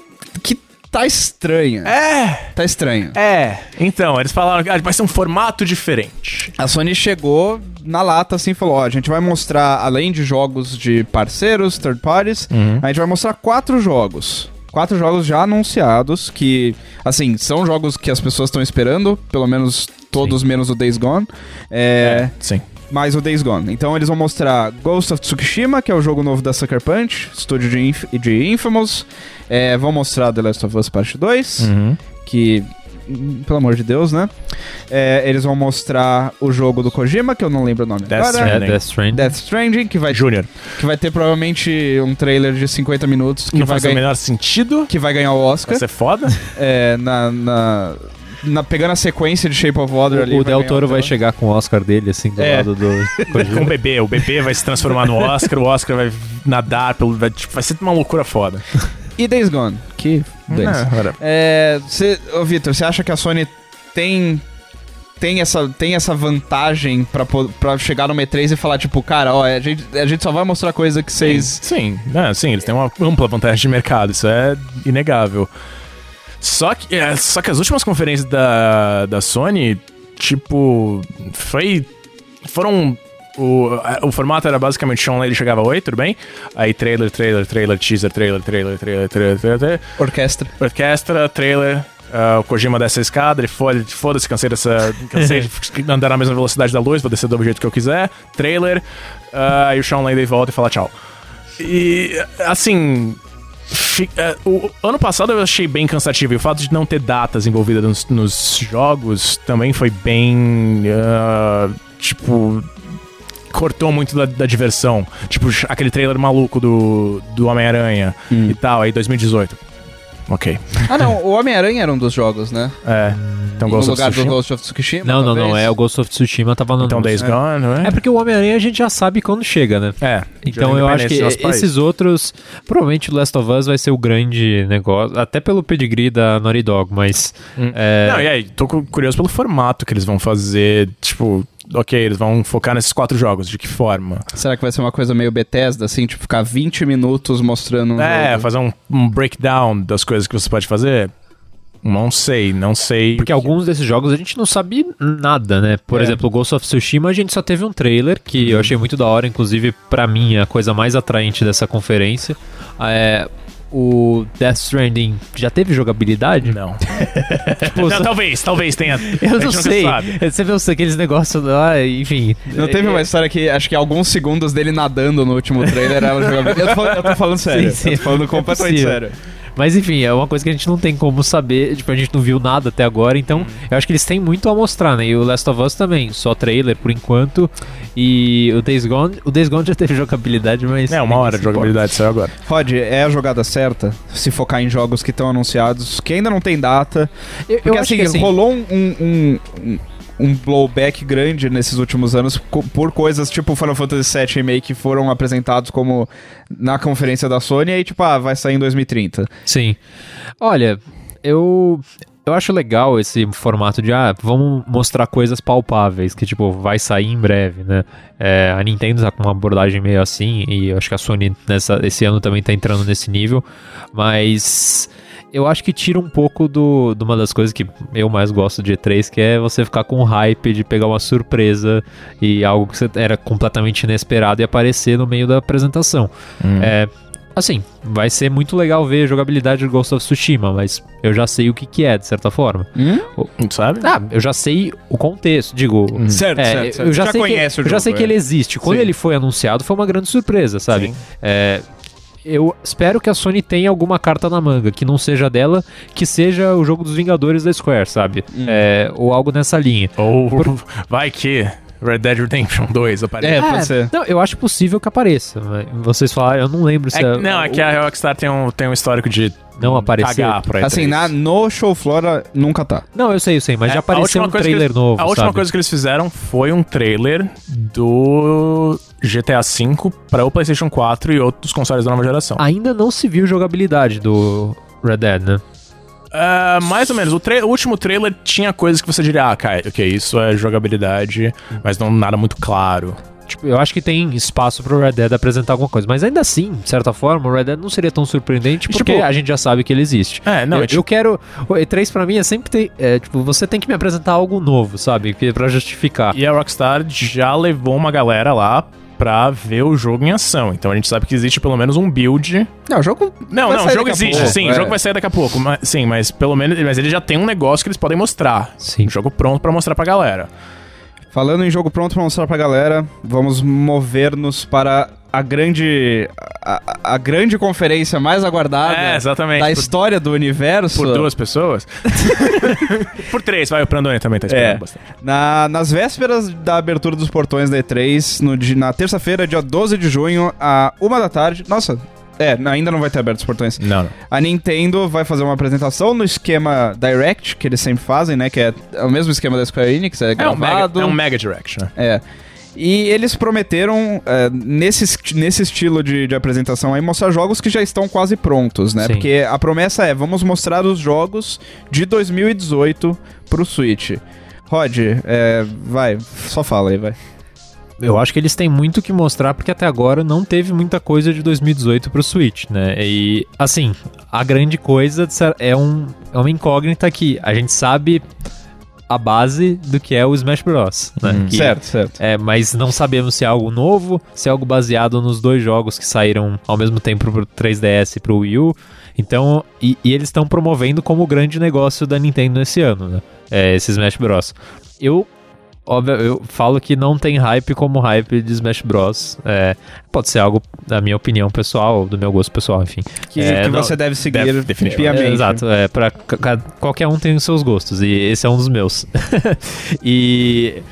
S1: que tá estranha.
S2: É!
S1: Tá estranho.
S2: É! Então, eles falaram que ah, vai ser um formato diferente.
S1: A Sony chegou na lata assim e falou: ó, a gente vai mostrar, além de jogos de parceiros, third parties, a gente vai mostrar quatro jogos. Quatro jogos já anunciados, que, assim, são jogos que as pessoas estão esperando, pelo menos todos menos o Days Gone. É,
S2: Sim.
S1: Mais o Days Gone. Então eles vão mostrar Ghost of Tsushima, que é o jogo novo da Sucker Punch, estúdio de, Inf- de Infamous. É, vão mostrar The Last of Us Parte 2
S2: Uhum.
S1: que hum, pelo amor de Deus, né? É, eles vão mostrar o jogo do Kojima, que eu não lembro o nome
S2: Death
S1: agora.
S2: Stranding.
S3: É, Death Stranding.
S1: Death Stranding, que vai,
S2: Júnior,
S1: que vai ter provavelmente um trailer de 50 minutos que,
S2: não
S1: vai,
S2: faz o
S1: ganha-
S2: menor sentido.
S1: que vai ganhar o Oscar.
S2: Vai ser foda.
S1: É, na, na, na- pegando a sequência de Shape of Water ali.
S3: O, o Del
S1: ganhar
S3: Toro vai
S1: Oscar.
S3: chegar com o Oscar dele, assim, do
S1: É.
S3: lado do...
S2: Com o bebê, o bebê vai se transformar no Oscar, o Oscar vai nadar pelo. Vai, tipo, vai ser uma loucura foda.
S1: E Days Gone, que... Days.
S2: Não, whatever.
S1: É, cê, ô, Vitor, você acha que a Sony tem tem essa, tem essa vantagem pra, po- pra chegar no E3 e falar, tipo, cara, ó, a gente, a gente só vai mostrar coisa que vocês...
S2: Sim, né, sim, eles têm uma ampla vantagem de mercado, isso é inegável. Só que, é, só que as últimas conferências da, da Sony, tipo, foi. Foram. O, a- o formato era basicamente Sean Lady chegava oi, tudo bem? Aí trailer, trailer, trailer, teaser, trailer, trailer, trailer, trailer, trailer, trailer
S1: Orquestra.
S2: orquestra, trailer. ah, o Kojima desce a escada, ele fode- foda-se, cansei dessa. Cansei de andar na mesma velocidade da luz, vou descer do jeito que eu quiser. Trailer. ah, e o Sean Landy volta e fala tchau. E assim. fi- ah, o o ano passado eu achei bem cansativo. E o fato de não ter datas envolvidas nos, nos jogos também foi bem. ah, tipo. Cortou muito da, da diversão. Tipo, aquele trailer maluco do, do Homem-Aranha
S1: Hum.
S2: e tal, aí 2018. Ok.
S1: Ah, não, o Homem-Aranha era um dos jogos, né?
S2: É. Então Ghost
S1: no
S2: of
S1: lugar do
S2: Tsushima.
S1: Ghost of Tsushima,
S3: Não, não, não,
S1: talvez.
S3: é o Ghost of Tsushima tava no...
S2: Então Days
S1: É.
S2: Gone, não
S3: É
S2: é?
S3: porque o Homem-Aranha a gente já sabe quando chega, né?
S2: É.
S3: Então eu acho que
S2: Independência do nosso país.
S3: esses outros, provavelmente o Last of Us vai ser o grande negócio, até pelo pedigree da Naughty Dog, mas é,
S2: Hum. Não, e aí, tô cu- curioso pelo formato que eles vão fazer. Tipo, ok, eles vão focar nesses quatro jogos, de que forma?
S1: Será que vai ser uma coisa meio Bethesda, assim, tipo, ficar 20 minutos mostrando um
S2: é,
S1: jogo?
S2: fazer um, um breakdown das coisas que você pode fazer? Não sei, não sei.
S3: porque alguns desses jogos a gente não sabe nada, né? Por
S1: É.
S3: exemplo, o Ghost of Tsushima a gente só teve um trailer que
S2: Uhum.
S3: eu achei muito da hora, inclusive pra mim é a coisa mais atraente dessa conferência. É, o Death Stranding já teve jogabilidade?
S2: Não.
S3: Tipo,
S2: não talvez, talvez tenha.
S3: eu não
S2: nunca
S3: sei.
S2: sabe.
S3: Você vê os- aqueles negócios lá, enfim. É,
S1: Não teve uma história que acho que alguns segundos dele nadando no último trailer era um jogabilidade. Eu tô falando, eu tô falando sério.
S3: Sim, sim. é
S1: Eu tô falando completamente
S3: possível.
S1: sério.
S3: Mas enfim, é uma coisa que a gente não tem como saber, tipo, a gente não viu nada até agora, então
S2: Uhum.
S3: eu acho que eles têm muito a mostrar, né? E o Last of Us também, só trailer por enquanto. E o Days Gone, o Days Gone já teve jogabilidade, mas.
S2: É, uma
S3: ninguém
S2: hora
S3: se
S2: de jogabilidade saiu agora.
S1: Rod, é a jogada certa se focar em jogos que estão anunciados, que ainda não tem data.
S3: importa. Eu, eu
S1: Porque
S3: acho
S1: assim,
S3: que assim,
S1: rolou um, um- um- um blowback grande nesses últimos anos co- por coisas tipo Final Fantasy VII Remake que foram apresentados como na conferência da Sony e tipo, ah, vai sair em 2030.
S3: Sim. Olha, eu eu acho legal esse formato de ah, vamos mostrar coisas palpáveis que tipo vai sair em breve, né? É, a Nintendo tá com uma abordagem meio assim e eu acho que a Sony nessa esse ano também tá entrando nesse nível, mas eu acho que tira um pouco do, de uma das coisas que eu mais gosto de E3, que é você ficar com hype de pegar uma surpresa e algo que você era completamente inesperado e aparecer no meio da apresentação. É, assim, vai ser muito legal ver a jogabilidade de Ghost of Tsushima, mas eu já sei o que, que é, de certa forma.
S1: Hum?
S2: Sabe?
S3: Ah, eu já sei o contexto, digo.
S1: Certo,
S3: é,
S1: certo, certo.
S3: Eu já,
S1: Já
S3: sei
S1: conhece
S3: que,
S1: o
S3: eu já
S1: jogo,
S3: sei que
S1: é.
S3: ele existe. Quando
S1: Sim.
S3: ele foi anunciado, foi uma grande surpresa, sabe?
S2: Sim.
S3: É, eu espero que a Sony tenha alguma carta na manga, que não seja dela, que seja o jogo dos Vingadores da Square, sabe? É, ou algo nessa linha.
S2: Ou vai que Red Dead Redemption 2 aparece.
S1: É, pode ser.
S3: Não, eu acho possível que apareça. mas Vocês falaram, eu não lembro se
S2: É que- não, é que a Rockstar tem um, tem um histórico de
S3: Não aparecer.
S2: cagar pra
S1: Assim,
S2: E3.
S1: na, no show Flora nunca tá.
S3: Não, eu sei, eu sei, mas
S2: É,
S3: já
S2: a
S3: apareceu
S2: última
S3: um
S2: coisa que
S3: trailer
S2: eles-
S3: novo.
S2: A última
S3: sabe?
S2: coisa que eles fizeram foi um trailer do GTA V para o PlayStation 4 e outros consoles da nova geração.
S1: Ah.
S3: Ainda não se viu jogabilidade do Red Dead, né?
S2: Ah, mais ou menos. O, tra- o último trailer tinha coisas que você diria, ah, cara, ok, isso é jogabilidade, mas não nada muito claro.
S3: Tipo, eu acho que tem espaço pro Red Dead apresentar alguma coisa. Mas ainda assim, de certa forma, o Red Dead não seria tão surpreendente porque
S2: tipo-
S3: a gente já sabe que ele existe.
S2: É, não,
S3: eu,
S2: é tipo-
S3: eu quero. O E3 pra mim é sempre ter. é, tipo, você tem que me apresentar algo novo, sabe? Que- é Pra justificar.
S2: E a Rockstar já levou uma galera lá pra ver o jogo em ação. Então a gente sabe que existe pelo menos um build.
S1: Não, o jogo.
S2: Não,
S1: vai
S2: não, o
S1: sair daqui
S2: jogo
S1: a
S2: existe,
S1: pouco,
S2: sim,
S1: é.
S2: o jogo vai sair daqui a pouco. Mas, sim, mas pelo menos. Mas ele já tem um negócio que eles podem mostrar.
S3: Sim.
S2: Um jogo pronto pra mostrar pra galera.
S1: Falando em jogo pronto pra mostrar pra galera, vamos mover-nos para a grande. A, a- a grande conferência mais aguardada
S2: É, exatamente.
S1: da
S2: Por-
S1: história do universo.
S2: Por duas pessoas? Por três, vai, o Prandone também tá esperando
S1: É.
S2: bastante.
S1: Na- nas vésperas da abertura dos portões da E3, no di- na terça-feira, dia 12 de junho, a uma da tarde. Nossa, é, não, ainda não vai ter aberto os portões.
S2: Não, não.
S1: A Nintendo vai fazer uma apresentação no esquema Direct, que eles sempre fazem, né? Que é o mesmo esquema da Square Enix, é,
S2: É um,
S1: gravado.
S2: mega, é um mega direct, né?
S1: É. E eles prometeram, é, nesse, est- nesse estilo de, de apresentação aí, mostrar jogos que já estão quase prontos, né?
S3: Sim.
S1: Porque a promessa é, vamos mostrar os jogos de 2018 pro Switch. Rod, é, vai, só fala aí, vai.
S3: Eu acho que eles têm muito que mostrar porque até agora não teve muita coisa de 2018 pro Switch, né? E assim, a grande coisa de ser- é, um, é uma incógnita que a gente sabe a base do que é o Smash Bros, né? Que-
S1: Certo, certo.
S3: É, mas não sabemos se é algo novo, se é algo baseado nos dois jogos que saíram ao mesmo tempo pro 3DS e pro Wii U. Então, e, e eles estão promovendo como o grande negócio da Nintendo esse ano, né? É, esse Smash Bros. Eu, óbvio, eu falo que não tem hype como hype de Smash Bros. É, pode ser algo da minha opinião pessoal, do meu gosto pessoal, enfim.
S1: Que,
S3: É,
S1: que
S3: não-
S1: você deve seguir
S2: deve- definitivamente.
S1: piamente.
S3: é, exato, é para qualquer um tem os seus gostos e esse é um dos meus. e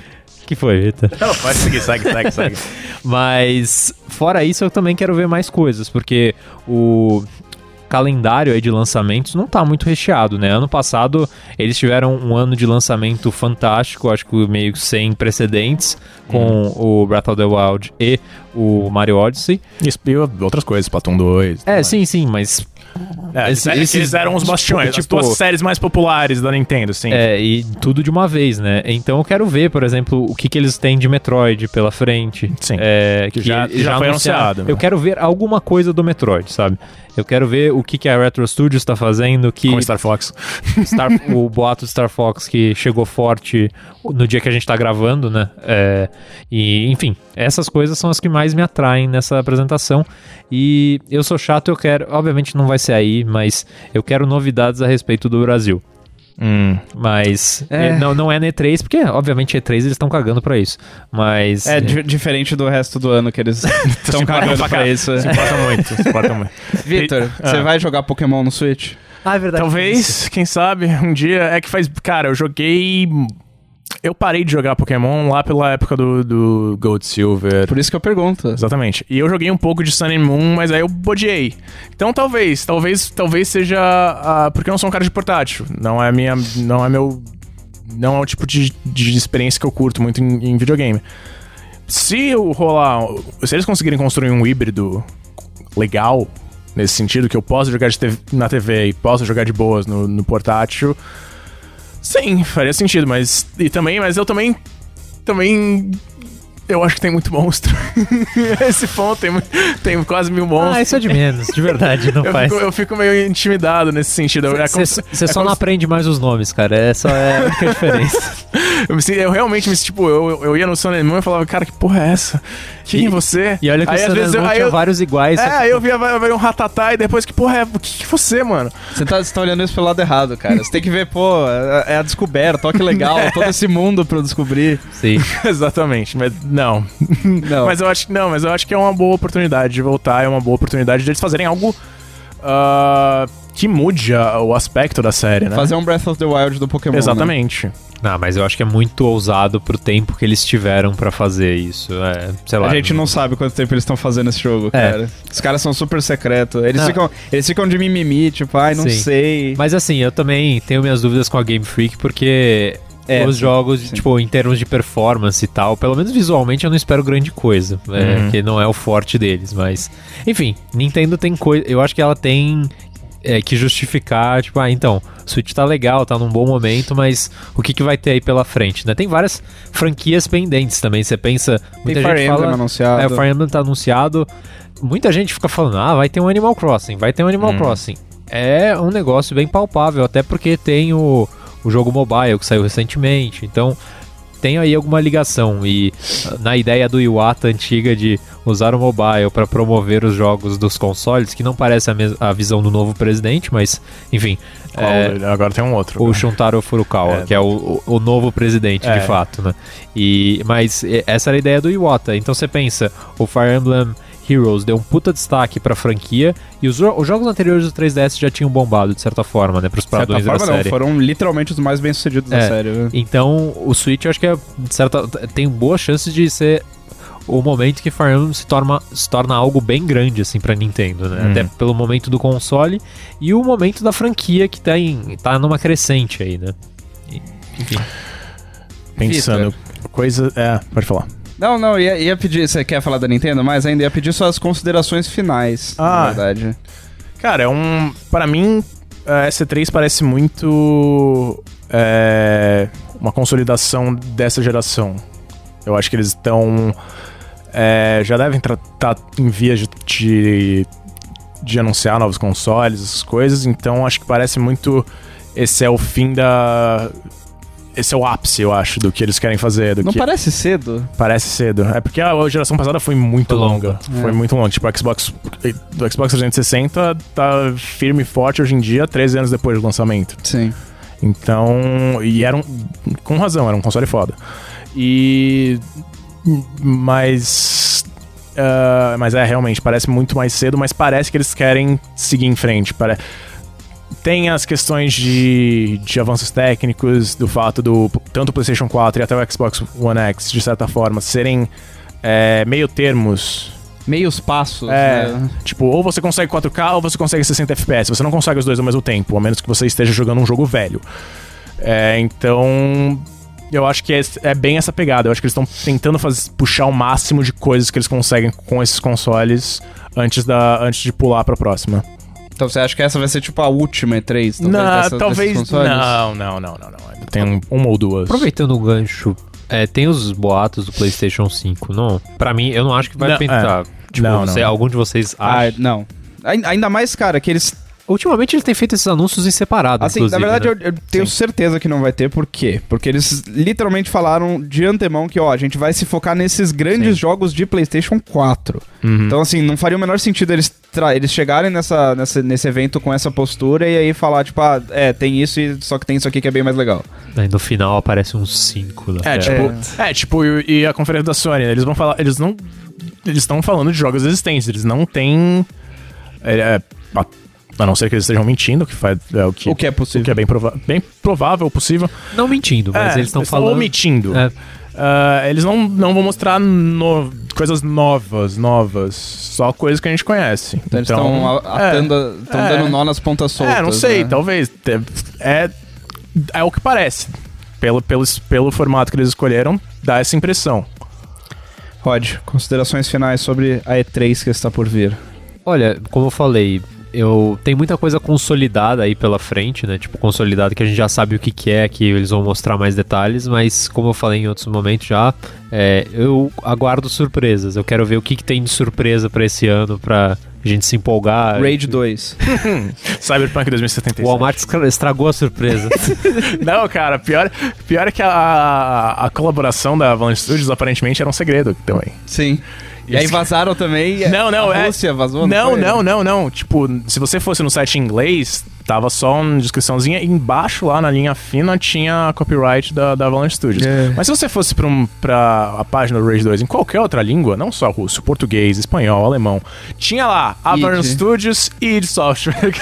S3: que foi, Rita?
S2: Não, pode seguir, segue, segue, segue.
S3: Mas fora isso, eu também quero ver mais coisas, porque o calendário aí de lançamentos não tá muito recheado, né? Ano passado eles tiveram um ano de lançamento fantástico, acho que meio que sem precedentes, com o Breath of the Wild e o Mario Odyssey.
S2: Isso, e outras coisas, Platão 2.
S3: É, sim, sim, mas
S2: É,
S3: Esse-
S2: eles,
S3: esses-
S2: eram os bastiões,
S3: tipo-
S2: as duas séries mais populares da Nintendo, sim.
S3: É, e tudo de uma vez, né? Então eu quero ver, por exemplo, o que, que eles têm de Metroid pela frente.
S2: Sim.
S3: É, que,
S2: Que já-
S3: eles
S2: já
S3: já
S2: foi
S3: anunciaram.
S2: anunciado, né?
S3: Eu quero ver alguma coisa do Metroid, sabe? Eu quero ver o que, que a Retro Studios tá fazendo, que
S2: Com Star Fox.
S3: Star- o boato do Star Fox que chegou forte no dia que a gente tá gravando, né? É, e, enfim, essas coisas são as que mais me atraem nessa apresentação. E eu sou chato, eu quero. Obviamente não vai ser aí, mas eu quero novidades a respeito do Brasil.
S2: Hum,
S3: Mas
S1: É.
S3: eh, não, não é na E3, porque obviamente E3 eles estão cagando pra isso. Mas eh,
S1: É di- diferente do resto do ano que eles estão cagando pra, isso. é.
S2: Se importa muito, se importa muito.
S1: Vitor, você vai jogar Pokémon no Switch?
S3: Ah, é
S2: Tá
S3: verdade.
S2: Talvez, quem sabe, um dia. É que faz. Cara, eu joguei. Eu parei de jogar Pokémon lá pela época do, do Gold Silver.
S1: Por isso que eu pergunto.
S2: Exatamente. E eu joguei um pouco de Sun and Moon, mas aí eu bodiei. Então talvez, talvez, talvez seja. ah, porque eu não sou um cara de portátil. Não é minha. Não é meu. não é o tipo de, de experiência que eu curto muito em, em videogame. Se eu rolar. Se eles conseguirem construir um híbrido legal, nesse sentido, que eu possa jogar de TV na TV e possa jogar de boas no, no portátil. Sim, faria sentido, mas. E também, mas eu também. Também. Eu acho que tem muito monstro. Esse ponto tem, mu- tem quase mil monstros.
S3: Ah, isso é de menos, de verdade, não
S2: eu,
S3: faz.
S2: fico, eu fico meio intimidado nesse sentido. Eu- é como se-
S3: Você
S2: é
S3: só
S2: como
S3: não
S2: se-
S3: aprende mais os nomes, cara. Essa é a única diferença.
S2: eu, me sinto- eu realmente me sinto, tipo, eu, eu- eu ia no Sun and Moon e falava, cara, que porra é essa? Quem é você?
S3: E olha que
S2: aí, às
S3: o San
S2: vezes, eu-
S3: Andreas
S2: aí
S3: tinha
S2: eu,
S3: vários tipo. iguais. só
S2: É,
S3: que-
S2: aí eu via, vai- vai um ratatá e depois, que porra é? O que, que é você, mano?
S1: Você tá, você tá olhando isso pelo lado errado, cara. Você tem que ver, pô, é é a descoberta, ó que legal,
S3: É.
S1: todo esse mundo pra eu descobrir.
S3: Sim.
S2: Exatamente, mas não.
S1: Não.
S2: Mas eu acho que não, mas eu acho que é uma boa oportunidade de voltar, é uma boa oportunidade deles fazerem algo ah, que mude a- o aspecto da série, né?
S1: Fazer um né? Breath of the Wild do Pokémon.
S2: Exatamente.
S3: Não, mas eu acho que é muito ousado pro tempo que eles tiveram pra fazer isso. É, sei
S1: né?
S3: lá.
S1: A gente não sabe quanto tempo eles estão fazendo esse jogo,
S3: É.
S1: cara. Os caras são super secretos. Eles
S3: Não.
S1: ficam, eles ficam de mimimi, tipo, ai, não
S3: Sim.
S1: sei.
S3: Mas assim, eu também tenho minhas dúvidas com a Game Freak, porque
S1: É,
S3: os
S1: sim,
S3: jogos,
S1: sim.
S3: tipo, em termos de performance e tal, pelo menos visualmente eu não espero grande coisa, né?
S2: Uhum.
S3: Que não é o forte deles, mas... Enfim, Nintendo tem coisa... Eu acho que ela tem é, que justificar, tipo, ah, então, Switch tá legal, tá num bom momento, mas o que, que vai ter aí pela frente, né? Tem várias franquias pendentes também, você pensa... Muita
S1: Tem Fire
S3: gente
S1: Emblem
S3: fala...
S1: anunciado.
S3: É, o Fire Emblem tá anunciado. Muita gente fica falando, ah, vai ter um Animal Crossing, vai ter um Animal
S2: Hum.
S3: Crossing. É um negócio bem palpável, até porque tem o, o jogo mobile que saiu recentemente. Então, tem aí alguma ligação. E ah, na ideia do Iwata antiga de usar o mobile para promover os jogos dos consoles, que não parece a, mes- a visão do novo presidente, mas, enfim.
S2: Qual
S3: é,
S2: dele? Agora tem um outro.
S1: né?
S3: o Shuntaro Furukawa,
S2: É.
S3: que é o, o, o novo presidente,
S2: É.
S3: de fato, né? E, mas e- essa era a ideia do Iwata. Então você pensa, o Fire Emblem Heroes deu um puta destaque pra franquia e os, jo- os jogos anteriores do 3DS já tinham bombado, de certa forma, né? Pros
S1: De certa
S3: padrões da
S1: forma, não.
S3: série.
S1: Foram literalmente os mais bem-sucedidos da
S3: É.
S1: série. viu?
S3: Então, o Switch, eu acho que é, de certa, tem boa chance de ser o momento que Fire Emblem se torna, se torna algo bem grande, assim, pra Nintendo, né?
S2: Uhum.
S3: Até pelo momento do console e o momento da franquia que tá, em, tá numa crescente aí, né? E- Enfim.
S2: Pensando. Coisa. É, pode falar.
S1: Não, não, ia, ia pedir. Você quer falar da Nintendo mais ainda? Ia pedir suas considerações finais,
S2: Ah.
S1: na verdade.
S2: Cara, é um. Pra mim, a S3 parece muito. é, uma consolidação dessa geração. Eu acho que eles estão. é, já devem estar em vias de, de, de anunciar novos consoles, essas coisas. Então acho que parece muito. Esse é o fim da. Esse é o ápice, eu acho, do que eles querem fazer. Do
S1: Não
S2: que
S1: parece cedo?
S2: Parece cedo. É porque a geração passada foi muito
S3: Foi longa.
S2: longa. Foi
S1: É.
S2: muito longa. Tipo, o Xbox, do Xbox 360 tá firme e forte hoje em dia, 13 anos depois do lançamento.
S1: Sim.
S2: Então. E era um. Com razão, era um console foda. E. Mas. ah, mas é, realmente, parece muito mais cedo, mas parece que eles querem seguir em frente. Pare... Tem as questões de, de avanços técnicos, do fato do tanto o PlayStation 4 e até o Xbox One X, de certa forma, serem é, meio termos
S1: Meios passos,
S2: é,
S1: né?
S2: tipo, ou você consegue 4K ou você consegue 60 FPS. Você não consegue os dois ao mesmo tempo, a menos que você esteja jogando um jogo velho. É, então, eu acho que é, é bem essa pegada. Eu acho que eles estão tentando faz, puxar o máximo de coisas que eles conseguem com esses consoles antes, da, antes de pular pra próxima.
S1: Então você acha que essa vai ser tipo a última E3? Talvez,
S2: Não,
S1: dessas- desses consoles?
S2: Não, não, não, não, não. Ainda Tem um- uma ou duas.
S3: Aproveitando o gancho, é, tem os boatos do PlayStation 5, não? Pra mim, eu não acho que vai
S2: Não, é.
S3: pintar. Tipo,
S2: Não, não.
S3: você-
S2: é.
S3: algum de vocês
S1: Ah,
S3: acha.
S1: não. Ai- Ainda mais, cara, que eles.
S3: Ultimamente eles têm feito esses anúncios em separado,
S2: Ah,
S1: Assim,
S3: inclusive.
S1: na verdade,
S3: né?
S1: eu, eu tenho certeza que não vai ter, por quê? Porque eles literalmente falaram de antemão que, ó, a gente vai se focar nesses grandes jogos de PlayStation 4.
S2: Uhum.
S1: Então, assim, não faria o menor sentido eles, tra- eles chegarem nessa, nessa- nesse evento com essa postura e aí falar, tipo, ah, é, tem isso, e só que tem isso aqui que é bem mais legal.
S3: Aí no final aparece um 5 na
S2: É,
S3: tela.
S2: tipo, é. tipo e, e a conferência da Sony, né? eles vão falar, eles não eles estão falando de jogos existentes, eles não têm é, é, a, a não ser que eles estejam mentindo, que faz é o que
S1: O que é possível.
S2: o que é bem, prova bem provável, possível.
S3: Não mentindo, mas
S2: É,
S3: eles estão
S2: estão
S3: falando...
S2: omitindo.
S3: É.
S2: Ah, eles não, não vão mostrar no- coisas novas, novas, só coisas que a gente conhece.
S1: Então, eles estão
S2: é.
S1: atando, estão
S2: é.
S1: dando nó nas pontas soltas.
S2: É, não sei,
S1: né?
S2: talvez. Te- É, é o que parece. Pelo, pelo, pelo formato que eles escolheram, dá essa impressão.
S1: Rod, considerações finais sobre a E3 que está por vir.
S3: Olha, como eu falei, eu tem muita coisa consolidada aí pela frente, né? Tipo, consolidado que a gente já sabe o que, que é, que eles vão mostrar mais detalhes, mas como eu falei em outros momentos já, é, eu aguardo surpresas. Eu quero ver o que, que tem de surpresa pra esse ano, pra gente se empolgar.
S1: Raid 2.
S2: Cyberpunk
S3: O
S2: 2077.
S3: Walmart estra- estragou a surpresa.
S2: Não, cara, pior, pior é que a, a, a colaboração da Avalanche Studios aparentemente era um segredo também.
S1: Sim. E aí vazaram também. e
S2: Não, não,
S1: a
S2: é-
S1: Rússia vazou?
S2: Não,
S1: foi?
S2: não, não, não. Tipo, se você fosse no site em inglês, tava só uma descriçãozinha. e Embaixo, lá na linha fina, tinha a copyright da, da Avalanche Studios.
S1: É.
S2: Mas se você fosse pra, um, pra a página do Rage 2 em qualquer outra língua, não só russo, português, espanhol, alemão, tinha lá Avalanche Studios e id Software.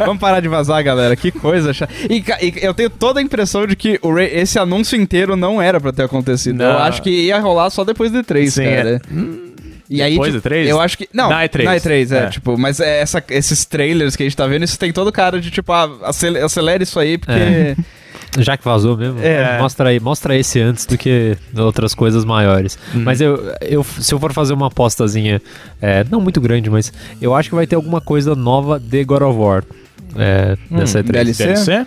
S1: Vamos parar de vazar, galera. Que coisa chata. E, ca- e eu tenho toda a impressão de que o Ra- esse anúncio inteiro não era pra ter acontecido.
S2: Não.
S1: Eu acho que ia rolar só depois do E3,
S2: Sim,
S1: cara.
S2: é.
S1: E aí,
S2: Depois
S1: tipo,
S2: do E3?
S1: Eu acho que. Não,
S2: Na E3.
S1: Na E3, é,
S2: É.
S1: tipo, mas é essa- esses trailers que a gente tá vendo, isso tem todo cara de tipo, ah, acele- acelera isso aí, porque.
S3: É. Já que vazou mesmo,
S2: É.
S3: mostra, aí, mostra esse antes do que outras coisas maiores.
S2: Uhum.
S3: Mas eu, eu, se eu for fazer uma apostazinha, é, não muito grande, mas eu acho que vai ter alguma coisa nova de God of War. É,
S2: Hum,
S3: nessa E3.
S1: DLC?
S2: DLC?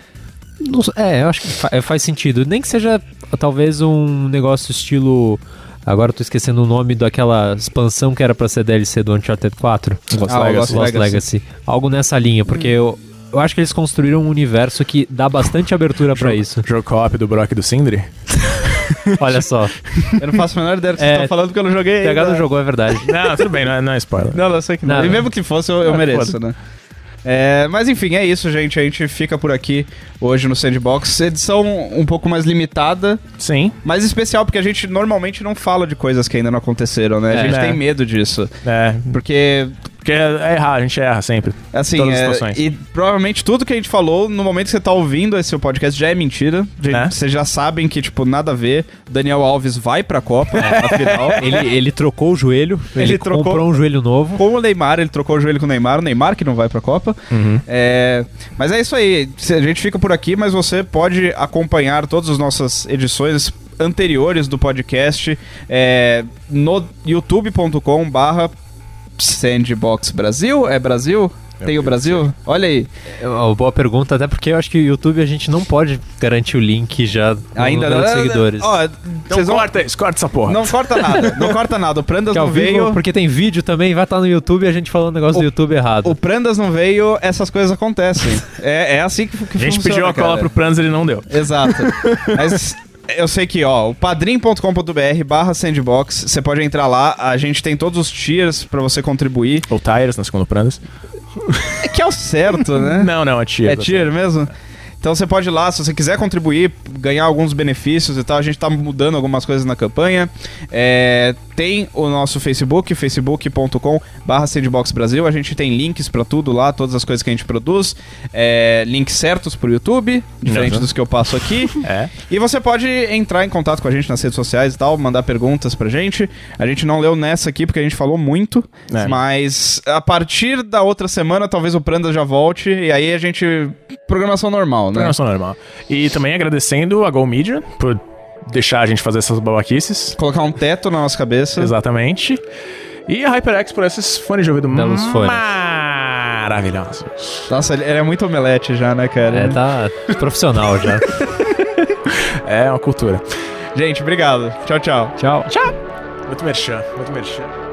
S3: Não sei, é, eu acho que fa- é, faz sentido. Nem que seja talvez um negócio estilo. Agora eu tô esquecendo o nome daquela expansão que era pra ser DLC do Uncharted 4.
S2: Lost
S1: Ah, o
S2: Legacy. Hum.
S1: Lost
S3: Lost
S1: Legacy.
S3: Legacy. Algo nessa linha, porque eu, eu acho que eles construíram um universo que dá bastante abertura pra isso.
S2: Jogo co-op do Brock e do Sindri?
S3: Olha só.
S1: Eu não faço a menor ideia do que
S3: É.
S1: vocês estão falando porque eu não joguei.
S3: PH
S1: ainda.
S3: não jogou, é verdade.
S2: Não, tudo bem, não é, não é spoiler.
S1: Não, não sei que não.
S3: Não,
S1: E
S3: não.
S1: mesmo que fosse, eu, eu
S2: Ah,
S1: mereço, né? É, mas enfim, é isso, gente. A gente fica por aqui hoje no Sandbox. Edição um pouco mais limitada,
S2: Sim.
S1: mas especial porque a gente normalmente não fala de coisas que ainda não aconteceram, né? A
S2: É.
S1: gente
S2: É.
S1: tem medo disso.
S2: É.
S1: Porque,
S2: Porque é errar, a gente erra sempre.
S1: assim,
S2: Todas as
S1: é,
S2: situações.
S1: e provavelmente tudo que a gente falou, no momento que você tá ouvindo esse seu podcast, já é mentira. Gente,
S2: É.
S1: Vocês já sabem que, tipo, nada a ver. Daniel Alves vai pra Copa,
S2: É.
S1: afinal.
S3: Ele, ele trocou o joelho, ele,
S1: Ele trocou-
S3: comprou um joelho novo.
S1: com o Neymar, ele trocou o joelho com o Neymar, o Neymar que não vai pra Copa.
S3: Uhum.
S1: É, mas é isso aí, Se- a gente fica por aqui, mas você pode acompanhar todas as nossas edições anteriores do podcast é, no youtube.com barra Sandbox Brasil, é Brasil? Tem o Brasil? Olha aí,
S3: É uma boa pergunta, até porque eu acho que o YouTube a gente não pode garantir o link já no
S1: ainda né?
S3: número de seguidores.
S1: Ó,
S2: Então
S1: vocês vão...
S2: corta isso, corta essa porra.
S1: Não corta nada, não corta nada. O Prandas
S3: Que ao
S1: não
S3: vivo,
S1: veio.
S3: porque tem vídeo também, vai estar no YouTube e a gente falando o negócio do YouTube errado.
S1: O Prandas não veio, essas coisas acontecem. é, é assim que, que
S2: A gente
S1: funciona,
S2: pediu a cola
S1: cara.
S2: pro Pranz, ele não deu.
S1: Exato. Mas eu sei que, ó, o padrim.com.br barra sandbox, você pode entrar lá, a gente tem todos os tiers pra você contribuir.
S2: Ou Tyrus na segunda Prandas.
S1: É que é o certo, né?
S2: Não, não, é Tia.
S1: É tier mesmo? Então você pode ir lá, se você quiser contribuir, ganhar alguns benefícios e tal. A gente tá mudando algumas coisas na campanha. É, tem o nosso Facebook, facebook.com barra Sandbox Brasil. A gente tem links pra tudo lá, todas as coisas que a gente produz. É, links certos pro YouTube, diferente
S2: Uhum.
S1: dos que eu passo aqui.
S2: É.
S1: E você pode entrar em contato com a gente nas redes sociais e tal, mandar perguntas pra gente. A gente não leu nessa aqui porque a gente falou muito,
S2: É.
S1: mas a partir da outra semana talvez o Pranda já volte e aí a gente programação normal, né?
S2: Programação normal. E também agradecendo a Go Media por deixar a gente fazer essas babaquices.
S1: Colocar um teto na nossa cabeça.
S2: Exatamente. E a HyperX por esses fones de ouvido
S3: Belos fones.
S2: maravilhosos.
S1: Nossa, ele ele é muito omelete já, né, cara?
S3: É, tá profissional já.
S2: É uma cultura.
S1: Gente, obrigado. Tchau, tchau.
S3: Tchau.
S2: Muito merchan, muito merchan.